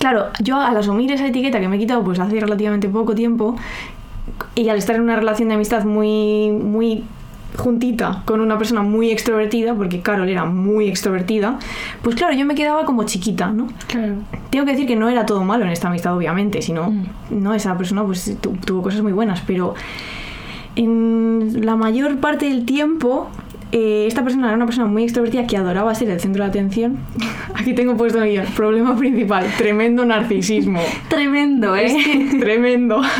Speaker 2: Claro, yo al asumir esa etiqueta que me he quitado pues hace relativamente poco tiempo y al estar en una relación de amistad muy muy juntita con una persona muy extrovertida, porque Carol era muy extrovertida, pues claro, yo me quedaba como chiquita, ¿no?
Speaker 1: Claro.
Speaker 2: Tengo que decir que no era todo malo en esta amistad, obviamente, sino,
Speaker 1: Mm.
Speaker 2: no, esa persona pues tu- tuvo cosas muy buenas, pero en la mayor parte del tiempo eh, esta persona era una persona muy extrovertida que adoraba ser el centro de atención. Aquí tengo puesto el guión, problema principal, tremendo narcisismo.
Speaker 1: Tremendo, ¿eh?
Speaker 2: Tremendo.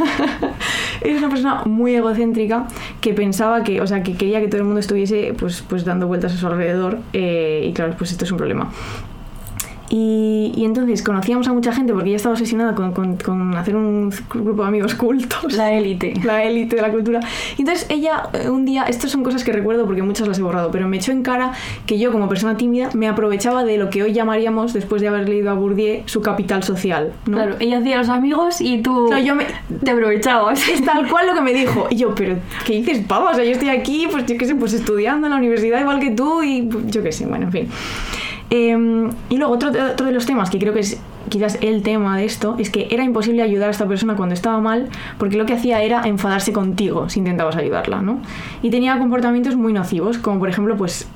Speaker 2: Es una persona muy egocéntrica que pensaba que, o sea, que quería que todo el mundo estuviese pues, pues dando vueltas a su alrededor eh, y claro, pues esto es un problema. Y, y entonces conocíamos a mucha gente porque ella estaba obsesionada con, con- con hacer un grupo de amigos cultos
Speaker 1: La élite.
Speaker 2: la élite de la cultura. Y entonces ella eh, un día, estas son cosas que recuerdo porque muchas las he borrado, pero me echó en cara que yo como persona tímida me aprovechaba de lo que hoy llamaríamos, después de haber leído a Bourdieu, su capital social. ¿no?
Speaker 1: Claro, ella hacía los amigos y tú
Speaker 2: No, yo me-
Speaker 1: te aprovechabas.
Speaker 2: Es tal cual lo que me dijo. Y yo, pero ¿qué dices, pava? O sea, yo estoy aquí, pues yo qué sé, pues estudiando en la universidad igual que tú y pues, yo qué sé, bueno, en fin. Em, y luego otro, otro de los temas que creo que es quizás el tema de esto es que era imposible ayudar a esta persona cuando estaba mal porque lo que hacía era enfadarse contigo si intentabas ayudarla, ¿no? Y tenía comportamientos muy nocivos, como por ejemplo, pues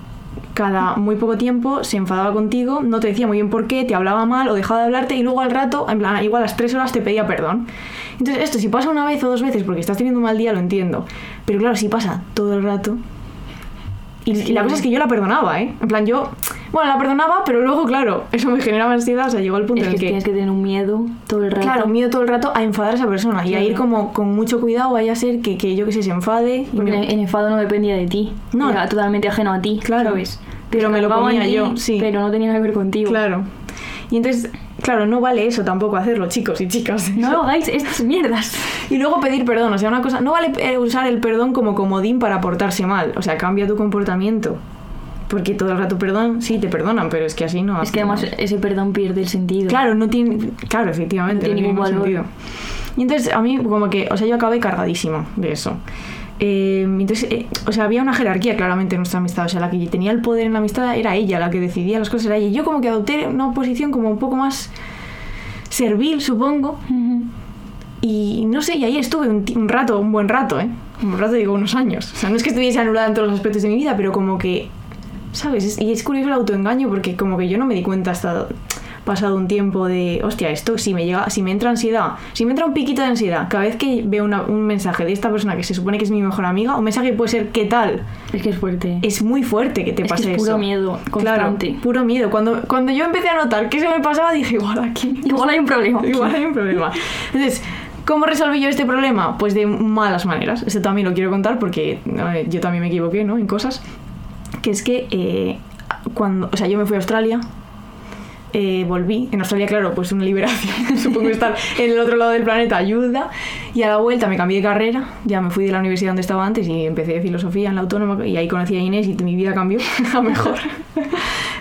Speaker 2: cada muy poco tiempo se enfadaba contigo, no te decía muy bien por qué, te hablaba mal o dejaba de hablarte y luego al rato, en plan, igual a las tres horas te pedía perdón. Entonces esto si pasa una vez o dos veces porque estás teniendo un mal día lo entiendo, pero claro, si pasa todo el rato... Y, y la cosa es que yo la perdonaba, ¿eh? En plan, yo, bueno, la perdonaba, pero luego, claro, eso me generaba ansiedad, o sea, llegó el punto
Speaker 1: Es
Speaker 2: en
Speaker 1: que
Speaker 2: el que...
Speaker 1: tienes que tener un miedo todo el rato.
Speaker 2: Claro, miedo todo el rato a enfadar a esa persona y a
Speaker 1: Claro.
Speaker 2: ir como con mucho cuidado, vaya a ser que, que yo que sé, se enfade. y
Speaker 1: Porque
Speaker 2: me-
Speaker 1: el enfado no dependía de ti.
Speaker 2: No.
Speaker 1: Era totalmente ajeno a ti.
Speaker 2: Claro.
Speaker 1: ¿sabes?
Speaker 2: Pero me lo
Speaker 1: Descargaba en
Speaker 2: ponía
Speaker 1: ti,
Speaker 2: yo, sí.
Speaker 1: Pero no tenía nada que ver contigo.
Speaker 2: Claro. Y entonces, claro, no vale eso tampoco hacerlo, chicos y chicas.
Speaker 1: No lo hagáis estas mierdas.
Speaker 2: Y luego pedir perdón, o sea, una cosa, no vale eh, usar el perdón como comodín para portarse mal, o sea, cambia tu comportamiento. Porque todo el rato perdón, sí, te perdonan, pero es que así no.
Speaker 1: Es que además ese perdón pierde el sentido.
Speaker 2: Ah, Claro, no tiene. Claro, efectivamente,
Speaker 1: No tiene ningún valor.
Speaker 2: sentido. Y entonces a mí, como que. O sea, yo acabé cargadísima de eso. Eh, entonces, eh, o sea, había una jerarquía claramente en nuestra amistad. O sea, la que tenía el poder en la amistad era ella, la que decidía las cosas era ella. Y yo como que adopté una posición como un poco más servil, supongo. Y no sé, y ahí estuve un, ti- un rato, un buen rato, ¿eh? Un rato digo unos años. O sea, no es que estuviese anulada en todos los aspectos de mi vida, pero como que, ¿sabes? Es- y es curioso el autoengaño porque como que yo no me di cuenta hasta pasado un tiempo de, hostia, esto si me llega, si me entra ansiedad, si me entra un piquito de ansiedad, cada vez que veo una- un mensaje de esta persona que se supone que es mi mejor amiga, un mensaje que puede ser ¿qué tal?
Speaker 1: Es que es fuerte.
Speaker 2: Es muy fuerte que te
Speaker 1: Es que
Speaker 2: pase
Speaker 1: es puro
Speaker 2: eso.
Speaker 1: miedo
Speaker 2: Claro,
Speaker 1: constante.
Speaker 2: puro miedo. Cuando, cuando yo empecé a notar que se me pasaba, dije, igual aquí
Speaker 1: Igual hay un problema.
Speaker 2: Igual hay un problema. Entonces, ¿cómo resolví yo este problema? Pues de malas maneras. Esto también lo quiero contar porque a ver, yo también me equivoqué, ¿no? En cosas. Que es que eh, cuando... O sea, yo me fui a Australia. eh, volví. En Australia, claro, pues una liberación. Supongo estar en el otro lado del planeta ayuda. Y a la vuelta me cambié de carrera. Ya me fui de la universidad donde estaba antes y empecé filosofía en la autónoma. Y ahí conocí a Inés y mi vida cambió a mejor.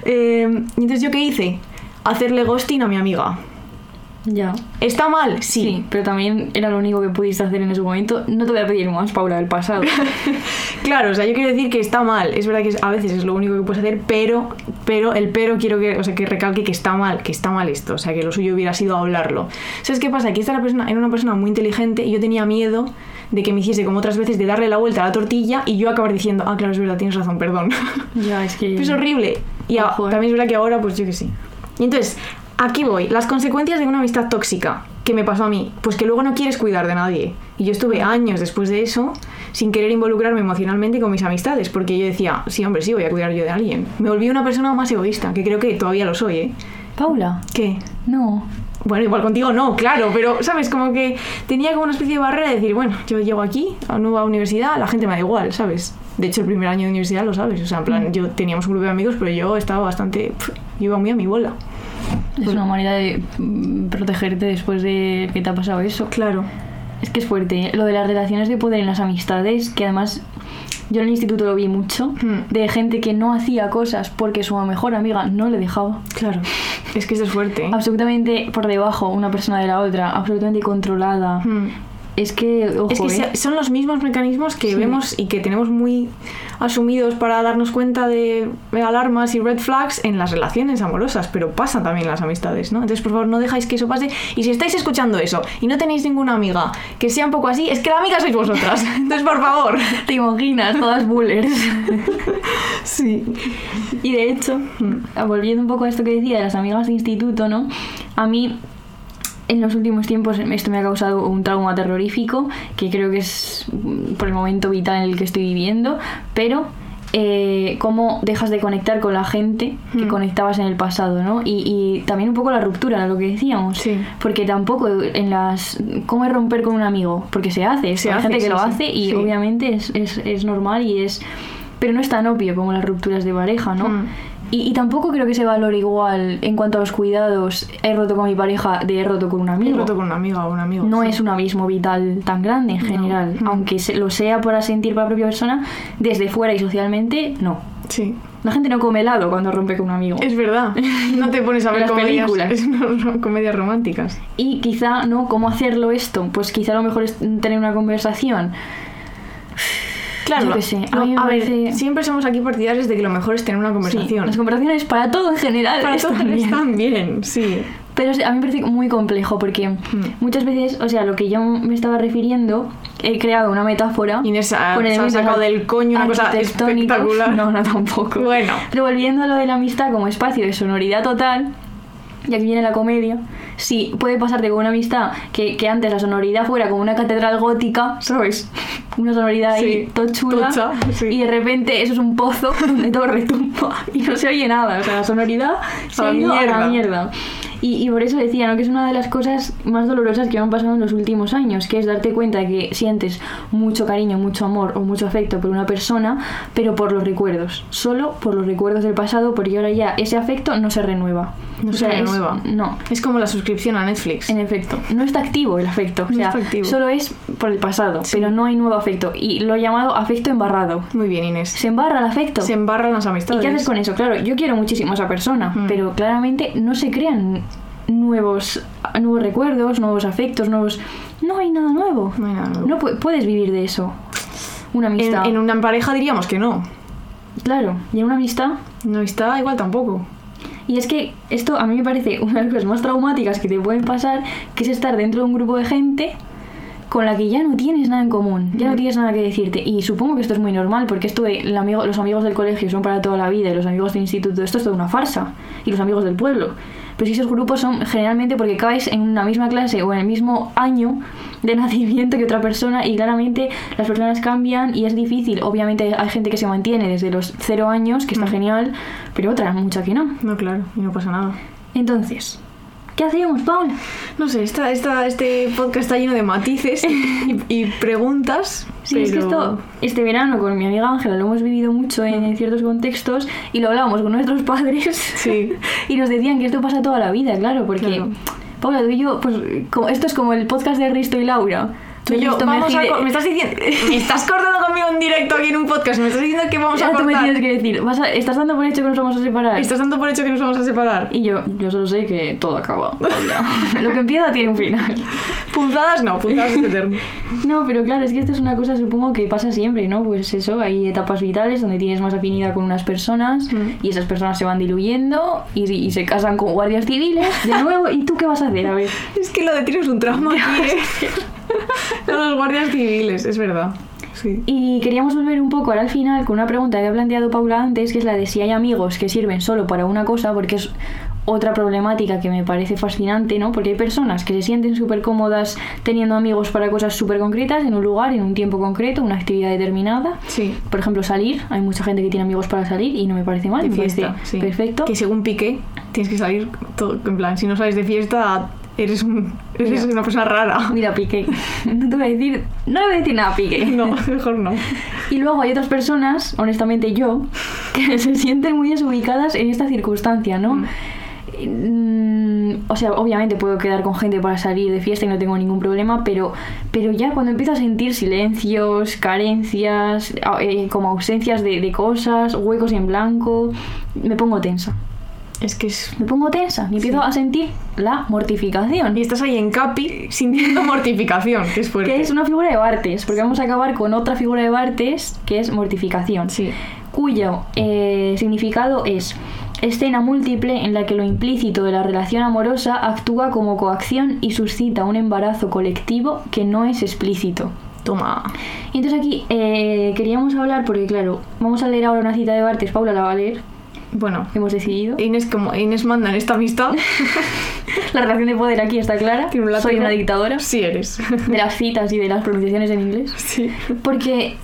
Speaker 2: Eh, y entonces, ¿yo qué hice? Hacerle ghosting a mi amiga.
Speaker 1: Ya.
Speaker 2: ¿Está mal? Sí.
Speaker 1: Sí. pero también era lo único que pudiste hacer en ese momento. No te voy a pedir más, Paula, del pasado.
Speaker 2: Claro, o sea, yo quiero decir que está mal. Es verdad que es- a veces es lo único que puedes hacer, pero, pero el pero quiero que, o sea, que recalque que está mal, que está mal esto. O sea, que lo suyo hubiera sido hablarlo. ¿Sabes qué pasa? Que esta era, persona, era una persona muy inteligente y yo tenía miedo de que me hiciese, como otras veces, de darle la vuelta a la tortilla y yo acabar diciendo, ah, claro, es verdad, tienes razón, perdón.
Speaker 1: ya, es que.
Speaker 2: Es horrible. Y a-
Speaker 1: Ojo, eh.
Speaker 2: también es verdad que ahora, pues yo que sí. Y entonces, aquí voy. Las consecuencias de una amistad tóxica que me pasó a mí, pues que luego no quieres cuidar de nadie. Y yo estuve años después de eso sin querer involucrarme emocionalmente con mis amistades, porque yo decía, sí, hombre, sí, voy a cuidar yo de alguien. Me volví una persona más egoísta, que creo que todavía lo soy, ¿eh?
Speaker 1: Paula,
Speaker 2: ¿Qué?
Speaker 1: no.
Speaker 2: Bueno, igual contigo no, claro, pero, ¿sabes? Como que tenía como una especie de barrera de decir, bueno, yo llego aquí, a nueva universidad, la gente me da igual, ¿sabes? De hecho, el primer año de universidad lo sabes, o sea, en plan, yo teníamos un grupo de amigos, pero yo estaba bastante, pf, yo iba muy a mi bola. Pues
Speaker 1: Es una manera de mm, protegerte después de que te ha pasado eso.
Speaker 2: Claro.
Speaker 1: Es que es fuerte. ¿eh? Lo de las relaciones de poder en las amistades, que además yo en el instituto lo vi mucho,
Speaker 2: Hmm.
Speaker 1: de gente que no hacía cosas porque su mejor amiga no le dejaba.
Speaker 2: Claro. Es que eso es fuerte, ¿eh?
Speaker 1: Absolutamente por debajo una persona de la otra, absolutamente controlada.
Speaker 2: Mm.
Speaker 1: Es que, ojo,
Speaker 2: Es que
Speaker 1: ¿eh?
Speaker 2: se- son los mismos mecanismos que
Speaker 1: Sí.
Speaker 2: vemos y que tenemos muy asumidos para darnos cuenta de alarmas y red flags en las relaciones amorosas, pero pasa también en las amistades, ¿no? Entonces, por favor, no dejáis que eso pase. Y si estáis escuchando eso y no tenéis ninguna amiga que sea un poco así, es que la amiga sois vosotras. Entonces, por favor.
Speaker 1: te imaginas, todas bullers.
Speaker 2: Sí.
Speaker 1: y de hecho, mm, volviendo un poco a esto que decía de las amigas de instituto, ¿no? A mí en los últimos tiempos em, esto me ha causado un trauma terrorífico que creo que es mm, por el momento vital en el que estoy viviendo, pero eh, cómo dejas de conectar con la gente que
Speaker 2: Mm.
Speaker 1: conectabas en el pasado, ¿no? Y, y también un poco la ruptura, lo que decíamos,
Speaker 2: Sí.
Speaker 1: porque tampoco en las... ¿Cómo es romper con un amigo? Porque se hace,
Speaker 2: Se
Speaker 1: hay
Speaker 2: hace,
Speaker 1: gente que
Speaker 2: sí,
Speaker 1: lo
Speaker 2: sí.
Speaker 1: hace y
Speaker 2: Sí.
Speaker 1: obviamente es, es- es normal y es... Pero no es tan obvio como las rupturas de pareja, ¿no?
Speaker 2: Mm.
Speaker 1: Y, y tampoco creo que se valore igual en cuanto a los cuidados. He roto con mi pareja de he roto con un
Speaker 2: He
Speaker 1: amigo.
Speaker 2: roto con una amiga o un amigo.
Speaker 1: No
Speaker 2: sí.
Speaker 1: es un abismo vital tan grande en general.
Speaker 2: Mm.
Speaker 1: Aunque se- lo sea para sentir para la propia persona, desde fuera y socialmente, no.
Speaker 2: Sí.
Speaker 1: La gente no come helado cuando rompe con un amigo.
Speaker 2: Es verdad. No te pones a ver
Speaker 1: Las
Speaker 2: comedias,
Speaker 1: películas.
Speaker 2: es una- comedias románticas.
Speaker 1: Y quizá, ¿no? ¿Cómo hacerlo esto? Pues quizá lo mejor es tener una conversación.
Speaker 2: Claro,
Speaker 1: Yo qué
Speaker 2: lo-
Speaker 1: sé, a
Speaker 2: lo-
Speaker 1: mí me
Speaker 2: a ver,
Speaker 1: parece-
Speaker 2: siempre somos aquí partidarios de que lo mejor es tener una
Speaker 1: Sí,
Speaker 2: conversación.
Speaker 1: las conversaciones para todo en general.
Speaker 2: Para
Speaker 1: están
Speaker 2: todos
Speaker 1: bien.
Speaker 2: están bien, sí.
Speaker 1: Pero sí, a mí me parece muy complejo porque
Speaker 2: Hmm.
Speaker 1: muchas veces, o sea, lo que yo me estaba refiriendo, he creado una metáfora.
Speaker 2: Inés ha-
Speaker 1: con
Speaker 2: se ha
Speaker 1: elementos
Speaker 2: sacado del coño una cosa
Speaker 1: arquitectónicos.
Speaker 2: espectacular.
Speaker 1: No, no tampoco.
Speaker 2: Bueno.
Speaker 1: Pero volviendo a lo de la amistad como espacio de sonoridad total, y aquí viene la comedia, sí, puede pasarte con una amistad que, que antes la sonoridad fuera como una catedral gótica, ¿sabes? Una sonoridad ahí
Speaker 2: Sí,
Speaker 1: tochula.
Speaker 2: tocha, sí.
Speaker 1: Y de repente eso es un pozo donde todo retumba y no se oye nada. O sea, la sonoridad se
Speaker 2: A la
Speaker 1: ha ido a la
Speaker 2: mierda.
Speaker 1: mierda. Y, y por eso decía, ¿no? Que es una de las cosas más dolorosas que me han pasado en los últimos años, que es darte cuenta que sientes mucho cariño, mucho amor o mucho afecto por una persona, pero por los recuerdos. Solo por los recuerdos del pasado, porque ahora ya ese afecto no se renueva.
Speaker 2: No
Speaker 1: O
Speaker 2: se
Speaker 1: sea, es-
Speaker 2: renueva.
Speaker 1: no.
Speaker 2: Es como la suscripción a Netflix.
Speaker 1: En efecto, no está activo el afecto, o
Speaker 2: No
Speaker 1: sea,
Speaker 2: está activo.
Speaker 1: solo es por el pasado,
Speaker 2: Sí.
Speaker 1: pero no hay nuevo afecto. Y lo he llamado afecto embarrado.
Speaker 2: Muy bien, Inés.
Speaker 1: Se embarra el afecto.
Speaker 2: Se embarran las
Speaker 1: ¿Y
Speaker 2: amistades.
Speaker 1: qué haces con eso? Claro, yo quiero muchísimo a esa persona,
Speaker 2: Mm.
Speaker 1: pero claramente no se crean nuevos, nuevos recuerdos, nuevos afectos, nuevos... No hay nada nuevo.
Speaker 2: No hay nada nuevo.
Speaker 1: No pu- puedes vivir de eso. Una
Speaker 2: En,
Speaker 1: amistad.
Speaker 2: en una pareja diríamos que no.
Speaker 1: Claro, y en una amistad.
Speaker 2: No está igual tampoco.
Speaker 1: Y es que esto a mí me parece una de las cosas más traumáticas que te pueden pasar, que es estar dentro de un grupo de gente con la que ya no tienes nada en común, ya no
Speaker 2: Mm.
Speaker 1: tienes nada que decirte. Y supongo que esto es muy normal, porque esto de el amigo- los amigos del colegio son para toda la vida, y los amigos del instituto, esto es toda una farsa, y los amigos del pueblo. Pero si esos grupos son generalmente porque caes en la misma clase o en el mismo año de nacimiento que otra persona y claramente las personas cambian y es difícil. Obviamente hay- hay gente que se mantiene desde los cero años, que está
Speaker 2: Mm.
Speaker 1: genial, pero otra mucha que no.
Speaker 2: No, claro, y no pasa nada.
Speaker 1: Entonces, ¿qué hacíamos, Paula?
Speaker 2: No sé, esta, esta, este podcast está lleno de matices y, y preguntas.
Speaker 1: Sí, es que
Speaker 2: pero-
Speaker 1: esto, este verano con mi amiga Ángela lo hemos vivido mucho en ciertos contextos y lo hablábamos con nuestros padres
Speaker 2: Sí.
Speaker 1: y nos decían que esto pasa toda la vida, claro, porque
Speaker 2: Claro.
Speaker 1: Paula, tú y yo, pues como- esto es como el podcast de Risto y Laura. Tú
Speaker 2: Yo,
Speaker 1: Risto
Speaker 2: vamos a
Speaker 1: Mejide-
Speaker 2: co- me estás diciendo. Me estás cortando conmigo en directo aquí en un podcast. Me estás diciendo que vamos a
Speaker 1: Ahora tú me
Speaker 2: cortar.
Speaker 1: tienes que decir, vas a- estás dando por hecho que nos vamos a separar.
Speaker 2: Estás dando por hecho que nos vamos a separar.
Speaker 1: Y yo, yo solo sé que todo acaba. Paula. lo que empieza tiene un final.
Speaker 2: Puntadas no, puntadas es eterno.
Speaker 1: No, pero claro, es que esto es una cosa, supongo que pasa siempre, ¿no? Pues eso, hay etapas vitales donde tienes más afinidad con unas personas
Speaker 2: Mm.
Speaker 1: y esas personas se van diluyendo y, y se casan con guardias civiles de nuevo. ¿Y tú qué vas a hacer? A ver.
Speaker 2: Es que lo de tienes un trauma aquí, ¿eh? Son los guardias civiles, es verdad. Sí.
Speaker 1: Y queríamos volver un poco ahora al final con una pregunta que ha planteado Paula antes, que es la de si hay amigos que sirven solo para una cosa, porque es otra problemática que me parece fascinante, ¿no? Porque hay personas que se sienten súper cómodas teniendo amigos para cosas súper concretas, en un lugar, en un tiempo concreto, una actividad determinada.
Speaker 2: Sí.
Speaker 1: Por ejemplo, salir. Hay mucha gente que tiene amigos para salir y no me parece mal,
Speaker 2: De
Speaker 1: me
Speaker 2: fiesta,
Speaker 1: parece
Speaker 2: sí.
Speaker 1: perfecto.
Speaker 2: Que según Piqué, tienes que salir todo. En plan, si no sales de fiesta, eres, un, eres
Speaker 1: Mira.
Speaker 2: una persona rara.
Speaker 1: Mira, Piqué. No te voy a decir, no le voy a decir nada a Piqué.
Speaker 2: No, mejor no.
Speaker 1: Y luego hay otras personas, honestamente yo, que se sienten muy desubicadas en esta circunstancia, ¿no?
Speaker 2: Mm.
Speaker 1: Mm, O sea, obviamente puedo quedar con gente para salir de fiesta y no tengo ningún problema, pero, pero ya cuando empiezo a sentir silencios, carencias, a- eh, como ausencias de, de cosas, huecos en blanco, me pongo tensa.
Speaker 2: Es que es.
Speaker 1: Me pongo tensa y empiezo
Speaker 2: Sí.
Speaker 1: a sentir la mortificación.
Speaker 2: Y estás ahí en Capi sintiendo mortificación, que es fuerte.
Speaker 1: Que es una figura de Bartes, porque vamos a acabar con otra figura de Bartes que es mortificación.
Speaker 2: Sí.
Speaker 1: cuyo eh, significado es escena múltiple en la que lo implícito de la relación amorosa actúa como coacción y suscita un embarazo colectivo que no es explícito.
Speaker 2: Toma.
Speaker 1: Y entonces aquí eh, queríamos hablar, porque claro, vamos a leer ahora una cita de Bartes, Paula la va a leer,
Speaker 2: Bueno,
Speaker 1: hemos decidido.
Speaker 2: Inés, como Inés manda en esta amistad,
Speaker 1: La relación de poder aquí está clara,
Speaker 2: Tiene un látigo.
Speaker 1: soy una dictadora
Speaker 2: sí eres.
Speaker 1: de las citas y de las pronunciaciones en inglés.
Speaker 2: Sí.
Speaker 1: Porque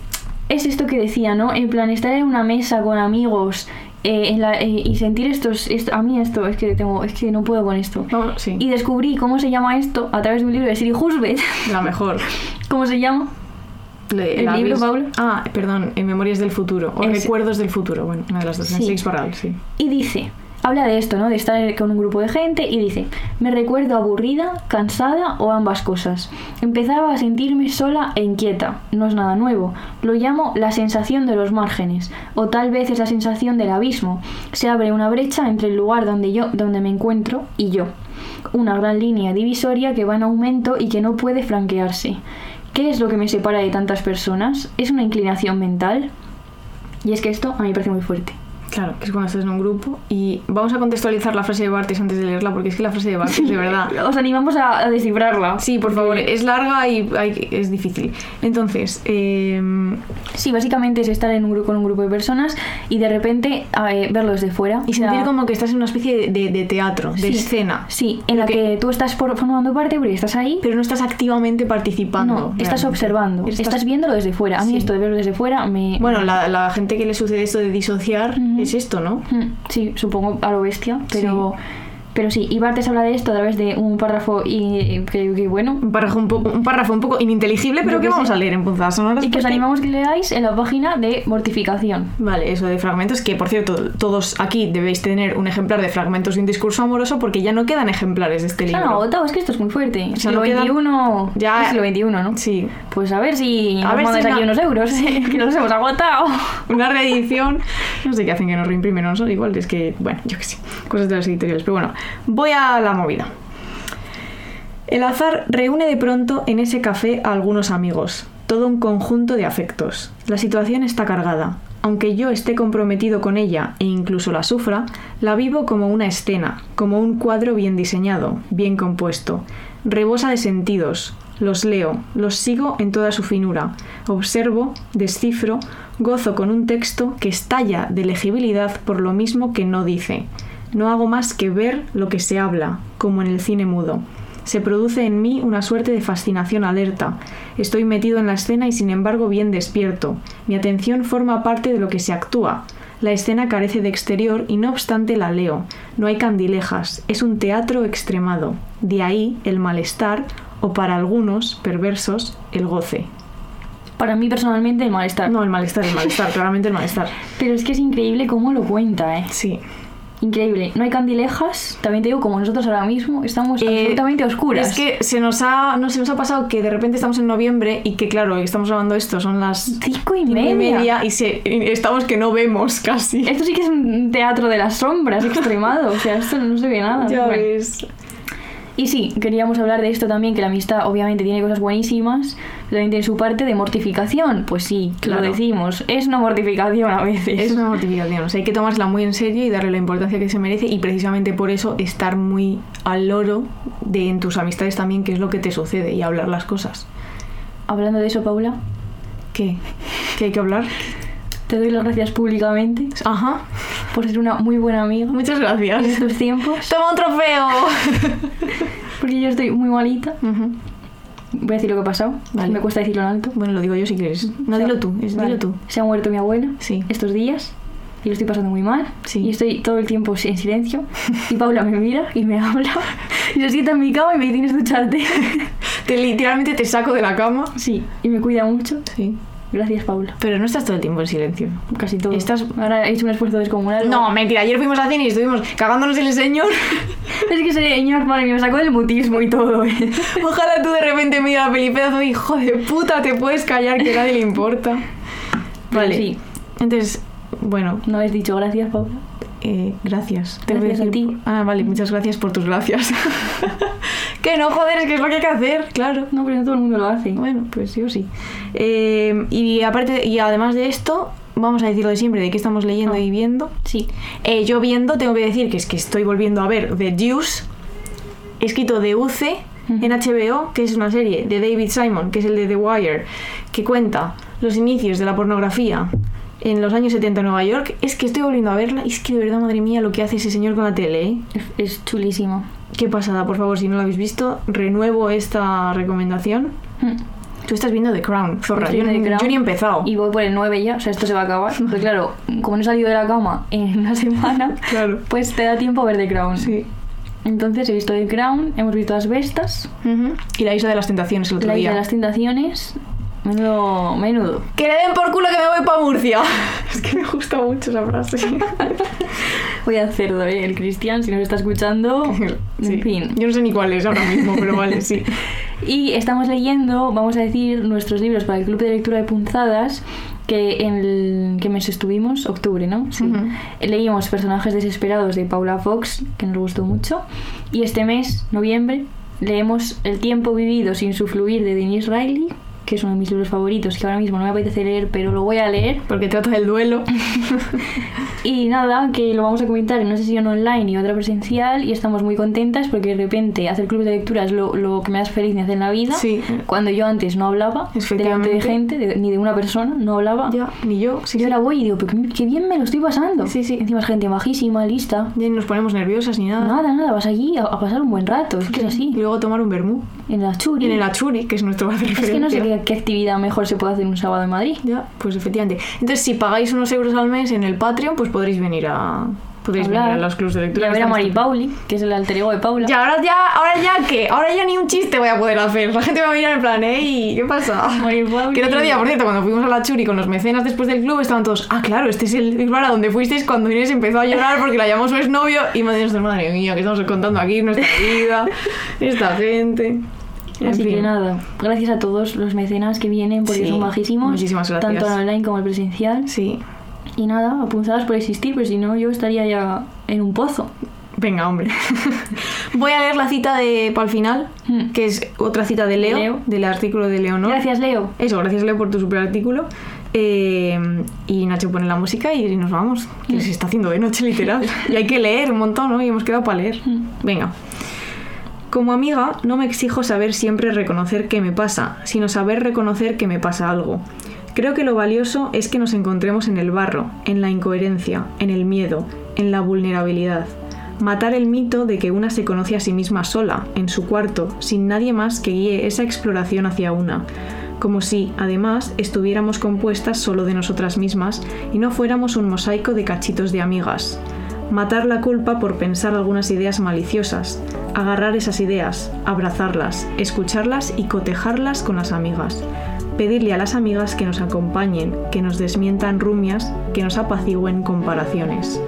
Speaker 1: es esto que decía, ¿no? En plan, estar en una mesa con amigos eh, en la- eh, y sentir estos, esto- A mí esto, es que, tengo, es que no puedo con esto.
Speaker 2: Vamos, sí.
Speaker 1: Y descubrí cómo se llama esto a través de un libro de Siri Husbeth.
Speaker 2: La mejor.
Speaker 1: ¿Cómo se llama?
Speaker 2: Le-
Speaker 1: ¿El
Speaker 2: la
Speaker 1: libro,
Speaker 2: habéis-
Speaker 1: Paula?
Speaker 2: Ah, perdón, en Memorias del Futuro. O
Speaker 1: Es-
Speaker 2: Recuerdos del Futuro. Bueno, una de las dos. En
Speaker 1: Sí.
Speaker 2: Six for All, sí.
Speaker 1: Y dice, habla de esto, ¿no? De estar con un grupo de gente y dice, me recuerdo aburrida, cansada o ambas cosas. Empezaba a sentirme sola e inquieta, no es nada nuevo. Lo llamo la sensación de los márgenes, o tal vez es la sensación del abismo. Se abre una brecha entre el lugar donde yo, donde me encuentro y yo. Una gran línea divisoria que va en aumento y que no puede franquearse. ¿Qué es lo que me separa de tantas personas? ¿Es una inclinación mental? Y es que esto a mí me parece muy fuerte.
Speaker 2: Claro, que es cuando estás en un grupo. Y vamos a contextualizar la frase de Bartes antes de leerla, porque es que la frase de Bartes, de verdad.
Speaker 1: Os animamos a, a descifrarla.
Speaker 2: Sí, por favor, es larga y hay- es difícil. Entonces, em,
Speaker 1: Sí, básicamente es estar en un grupo con un grupo de personas y de repente a ver, verlo desde fuera.
Speaker 2: y
Speaker 1: O sea,
Speaker 2: sentir como que estás en una especie de, de- de teatro, de
Speaker 1: sí,
Speaker 2: escena,
Speaker 1: Sí, en la que, tú estás por- formando parte porque estás ahí.
Speaker 2: pero no estás activamente participando.
Speaker 1: no, estás
Speaker 2: realmente.
Speaker 1: observando, estás, viéndolo desde fuera. A mí
Speaker 2: Sí.
Speaker 1: esto de verlo desde fuera me...
Speaker 2: Bueno, la, la gente que le sucede esto de disociar
Speaker 1: Ujú.
Speaker 2: es esto, ¿no?
Speaker 1: Mm, Sí, supongo a lo bestia, pero... Pero sí, y Bartes habla de esto a través de un párrafo y que, que bueno,
Speaker 2: Un párrafo un poco, un párrafo un poco ininteligible,
Speaker 1: Yo
Speaker 2: pero que
Speaker 1: qué
Speaker 2: vamos
Speaker 1: sé.
Speaker 2: a leer en punzadas sonoras.
Speaker 1: y que os
Speaker 2: porque-
Speaker 1: animamos que leáis en la página de mortificación.
Speaker 2: Vale, eso de fragmentos, que por cierto, todos aquí debéis tener un ejemplar de fragmentos de un discurso amoroso porque ya no quedan ejemplares de este
Speaker 1: Se han
Speaker 2: libro.
Speaker 1: agotado, Ah, es que esto es muy fuerte.
Speaker 2: sea,
Speaker 1: Siglo
Speaker 2: no quedan-
Speaker 1: XXI...
Speaker 2: Ya-
Speaker 1: es siglo XXI, ¿no?
Speaker 2: Sí,
Speaker 1: Pues a ver si
Speaker 2: A
Speaker 1: nos
Speaker 2: ver
Speaker 1: mandas
Speaker 2: si
Speaker 1: aquí
Speaker 2: no-
Speaker 1: unos euros, eh, que nos hemos agotado.
Speaker 2: una reedición. No sé qué hacen que nos reimprimen, no son igual, es que, bueno, yo qué sé, cosas de las editoriales. Pero bueno, voy a la movida. El azar reúne de pronto en ese café a algunos amigos. todo un conjunto de afectos. La situación está cargada. Aunque yo esté comprometido con ella e incluso la sufra, la vivo como una escena, como un cuadro bien diseñado, bien compuesto. Rebosa de sentidos, los leo, los sigo en toda su finura, observo, descifro, gozo con un texto que estalla de legibilidad por lo mismo que no dice. No hago más que ver lo que se habla, como en el cine mudo. Se produce en mí una suerte de fascinación alerta. Estoy metido en la escena y sin embargo bien despierto. Mi atención forma parte de lo que se actúa. La escena carece de exterior y no obstante la leo. No hay candilejas. Es un teatro extremado. De ahí el malestar o para algunos perversos el goce.
Speaker 1: Para mí personalmente el malestar.
Speaker 2: No, el malestar, el malestar, claramente el malestar.
Speaker 1: Pero es que es increíble cómo lo cuenta, ¿eh?
Speaker 2: Sí.
Speaker 1: Increíble. No hay candilejas. También te digo, como nosotros ahora mismo, estamos
Speaker 2: Eh,
Speaker 1: absolutamente a oscuras.
Speaker 2: Es que se nos ha, no, se nos ha pasado que de repente estamos en noviembre y que claro, estamos grabando esto, son las
Speaker 1: Cinco y
Speaker 2: cinco
Speaker 1: media.
Speaker 2: y media y, se, y estamos que no vemos casi.
Speaker 1: Esto sí que es un teatro de las sombras extremado. o sea, esto no se ve nada.
Speaker 2: Ya
Speaker 1: Bueno.
Speaker 2: ves.
Speaker 1: Y sí, queríamos hablar de esto también, que la amistad obviamente tiene cosas buenísimas, pero también tiene su parte de mortificación. Pues sí,
Speaker 2: Claro.
Speaker 1: lo decimos. Es una mortificación a veces.
Speaker 2: Es una mortificación, o sea, hay que tomársela muy en serio y darle la importancia que se merece y precisamente por eso estar muy al loro de en tus amistades también qué es lo que te sucede y hablar las cosas.
Speaker 1: Hablando de eso, Paula,
Speaker 2: ¿Qué? ¿Qué hay que hablar?
Speaker 1: te doy las gracias públicamente
Speaker 2: Ajá.
Speaker 1: por ser una muy buena amiga
Speaker 2: Muchas
Speaker 1: en
Speaker 2: gracias.
Speaker 1: estos tiempos,
Speaker 2: ¡Toma un trofeo!
Speaker 1: porque yo estoy muy malita.
Speaker 2: Ujú.
Speaker 1: Voy a decir lo que ha pasado,
Speaker 2: Vale.
Speaker 1: me cuesta decirlo en alto.
Speaker 2: Bueno, lo digo yo si quieres. No,
Speaker 1: O sea,
Speaker 2: dilo tú, es-
Speaker 1: vale.
Speaker 2: dilo tú.
Speaker 1: Se ha muerto mi abuela
Speaker 2: Sí.
Speaker 1: estos días y lo estoy pasando muy mal.
Speaker 2: Sí.
Speaker 1: Y estoy todo el tiempo en silencio. Y Paula me mira y me habla. Y se sienta en mi cama y me dice: Tienes que ducharte.
Speaker 2: Te, literalmente te saco de la cama.
Speaker 1: sí, y me cuida mucho.
Speaker 2: Sí.
Speaker 1: Gracias, Paula.
Speaker 2: Pero no estás todo el tiempo en silencio.
Speaker 1: Casi todo.
Speaker 2: Estás-
Speaker 1: Ahora he hecho un esfuerzo descomunal.
Speaker 2: No, mentira, ayer fuimos a cine y estuvimos cagándonos en el señor.
Speaker 1: Es que ese señor, madre mía, me sacó del mutismo y todo. ¿eh?
Speaker 2: Ojalá tú de repente mira la peli pedazo de hijo de puta, te puedes callar que a nadie le importa.
Speaker 1: Pero
Speaker 2: Vale.
Speaker 1: Sí,
Speaker 2: Entonces, bueno,
Speaker 1: no habéis dicho gracias, Paula.
Speaker 2: eh, gracias. que
Speaker 1: Gracias a ti.
Speaker 2: Ah, vale, muchas gracias por tus gracias. que no, joder, es que es lo que hay que hacer, claro.
Speaker 1: No, pero no todo el mundo lo hace.
Speaker 2: Bueno, pues yo sí. Eh, y aparte, y además de esto, vamos a decir lo de siempre, de qué estamos leyendo
Speaker 1: Ah.
Speaker 2: y viendo.
Speaker 1: Sí.
Speaker 2: Eh, yo viendo, tengo que decir que es que estoy volviendo a ver The Deuce, escrito de UC en HBO, que es una serie de David Simon, que es el de The Wire, que cuenta los inicios de la pornografía en los años 70 en Nueva York. Es que estoy volviendo a verla y es que de verdad, madre mía, lo que hace ese señor con la tele, ¿eh?
Speaker 1: Es, es chulísimo.
Speaker 2: Qué pasada, por favor, si no lo habéis visto, renuevo esta recomendación.
Speaker 1: Mm.
Speaker 2: Tú estás viendo The Crown, zorra.
Speaker 1: Estoy
Speaker 2: Yo,
Speaker 1: en el
Speaker 2: ni-
Speaker 1: ground
Speaker 2: yo ni he empezado.
Speaker 1: Y voy por el 9 ya, o sea, esto se va a acabar. Porque claro, como no he salido de la cama en una semana,
Speaker 2: Claro.
Speaker 1: pues te da tiempo a ver The Crown.
Speaker 2: Sí.
Speaker 1: Entonces he visto The Crown, hemos visto Las Bestas,
Speaker 2: Ujú. Y la isla de las tentaciones el otro
Speaker 1: La
Speaker 2: día.
Speaker 1: Isla de las Tentaciones. Menudo, menudo.
Speaker 2: Que le den por culo que me voy para Murcia. Es que me gusta mucho esa frase.
Speaker 1: Voy a hacerlo, ¿eh? El Cristian, si nos está escuchando.
Speaker 2: Sí.
Speaker 1: En fin.
Speaker 2: Yo no sé ni cuál es ahora mismo, pero vale, sí.
Speaker 1: Y estamos leyendo, vamos a decir, nuestros libros para el Club de Lectura de Punzadas, que en el que mes estuvimos, octubre, ¿no? Sí.
Speaker 2: Ujú.
Speaker 1: Leímos Personajes Desesperados de Paula Fox, que nos gustó mucho. Y este mes, noviembre, leemos El tiempo vivido sin sufluir de Denise Riley, que es uno de mis libros favoritos, que ahora mismo no me apetece leer, pero lo voy a leer.
Speaker 2: Porque trata del duelo.
Speaker 1: Y nada, que lo vamos a comentar en una sesión online y otra presencial y estamos muy contentas porque de repente hacer clubes de lectura es lo, lo que me hace feliz me hace en la vida.
Speaker 2: Sí.
Speaker 1: Cuando yo antes no hablaba, delante de
Speaker 2: Efectivamente.
Speaker 1: gente, de- ni de una persona, no hablaba.
Speaker 2: Ya, ni yo. Sí,
Speaker 1: yo ahora voy y digo, pero qué- qué bien me lo estoy pasando.
Speaker 2: Sí, Ah. sí.
Speaker 1: Encima es gente majísima, lista.
Speaker 2: Ya ni nos ponemos nerviosas ni nada.
Speaker 1: Nada, nada, vas allí a, a pasar un buen rato, es que es
Speaker 2: Y
Speaker 1: así.
Speaker 2: luego tomar un vermú.
Speaker 1: En la
Speaker 2: Y
Speaker 1: churi.
Speaker 2: en el Achuri, que es nuestro bar de
Speaker 1: Es que no sé
Speaker 2: referencia.
Speaker 1: qué, qué actividad mejor se puede hacer un sábado en Madrid.
Speaker 2: Ya, pues efectivamente. Entonces, si pagáis unos euros al mes en el Patreon, pues podréis venir a. Podréis
Speaker 1: Hablar.
Speaker 2: venir a los clubs de
Speaker 1: Y
Speaker 2: lectura.
Speaker 1: a ver a
Speaker 2: Estamos-
Speaker 1: Mari Pauli, que es el alter ego de Paula.
Speaker 2: Ya, ahora ya, ahora ya que, ahora ya ni un chiste voy a poder hacer. La gente va a mirar en plan, ¿eh? ¿Qué pasa?
Speaker 1: Mari Pauli.
Speaker 2: Que el otro día, por cierto, cuando fuimos a la Churi con los mecenas después del club, estaban todos, ah, claro, este es el bar a donde fuisteis cuando Inés empezó a llorar porque la llamó su exnovio y madre nuestra madre mía, que estamos contando aquí nuestra vida, esta gente. En
Speaker 1: Así que
Speaker 2: fin.
Speaker 1: nada, gracias a todos los mecenas que vienen porque
Speaker 2: Sí,
Speaker 1: son bajísimos.
Speaker 2: muchísimas gracias.
Speaker 1: Tanto al online como al presencial.
Speaker 2: Sí.
Speaker 1: Y nada, apuntadas por existir, pues si no yo estaría ya en un pozo.
Speaker 2: Venga, hombre. Voy a leer la cita de para el final,
Speaker 1: Hmm.
Speaker 2: que es otra cita de Leo,
Speaker 1: Leo.
Speaker 2: del artículo de Leonor.
Speaker 1: Gracias, Leo.
Speaker 2: Eso, gracias Leo por tu super artículo. Eh, y Nacho pone la música y nos vamos. Que se está haciendo de noche, literal. Y hay que leer un montón, ¿no? Y hemos quedado para leer. Venga. Como amiga, no me exijo saber siempre reconocer qué me pasa, sino saber reconocer que me pasa algo. Creo que lo valioso es que nos encontremos en el barro, en la incoherencia, en el miedo, en la vulnerabilidad. Matar el mito de que una se conoce a sí misma sola, en su cuarto, sin nadie más que guíe esa exploración hacia una. Como si, además, estuviéramos compuestas solo de nosotras mismas y no fuéramos un mosaico de cachitos de amigas. Matar la culpa por pensar algunas ideas maliciosas, agarrar esas ideas, abrazarlas, escucharlas y cotejarlas con las amigas. Pedirle a las amigas que nos acompañen, que nos desmientan rumias, que nos apacigüen comparaciones.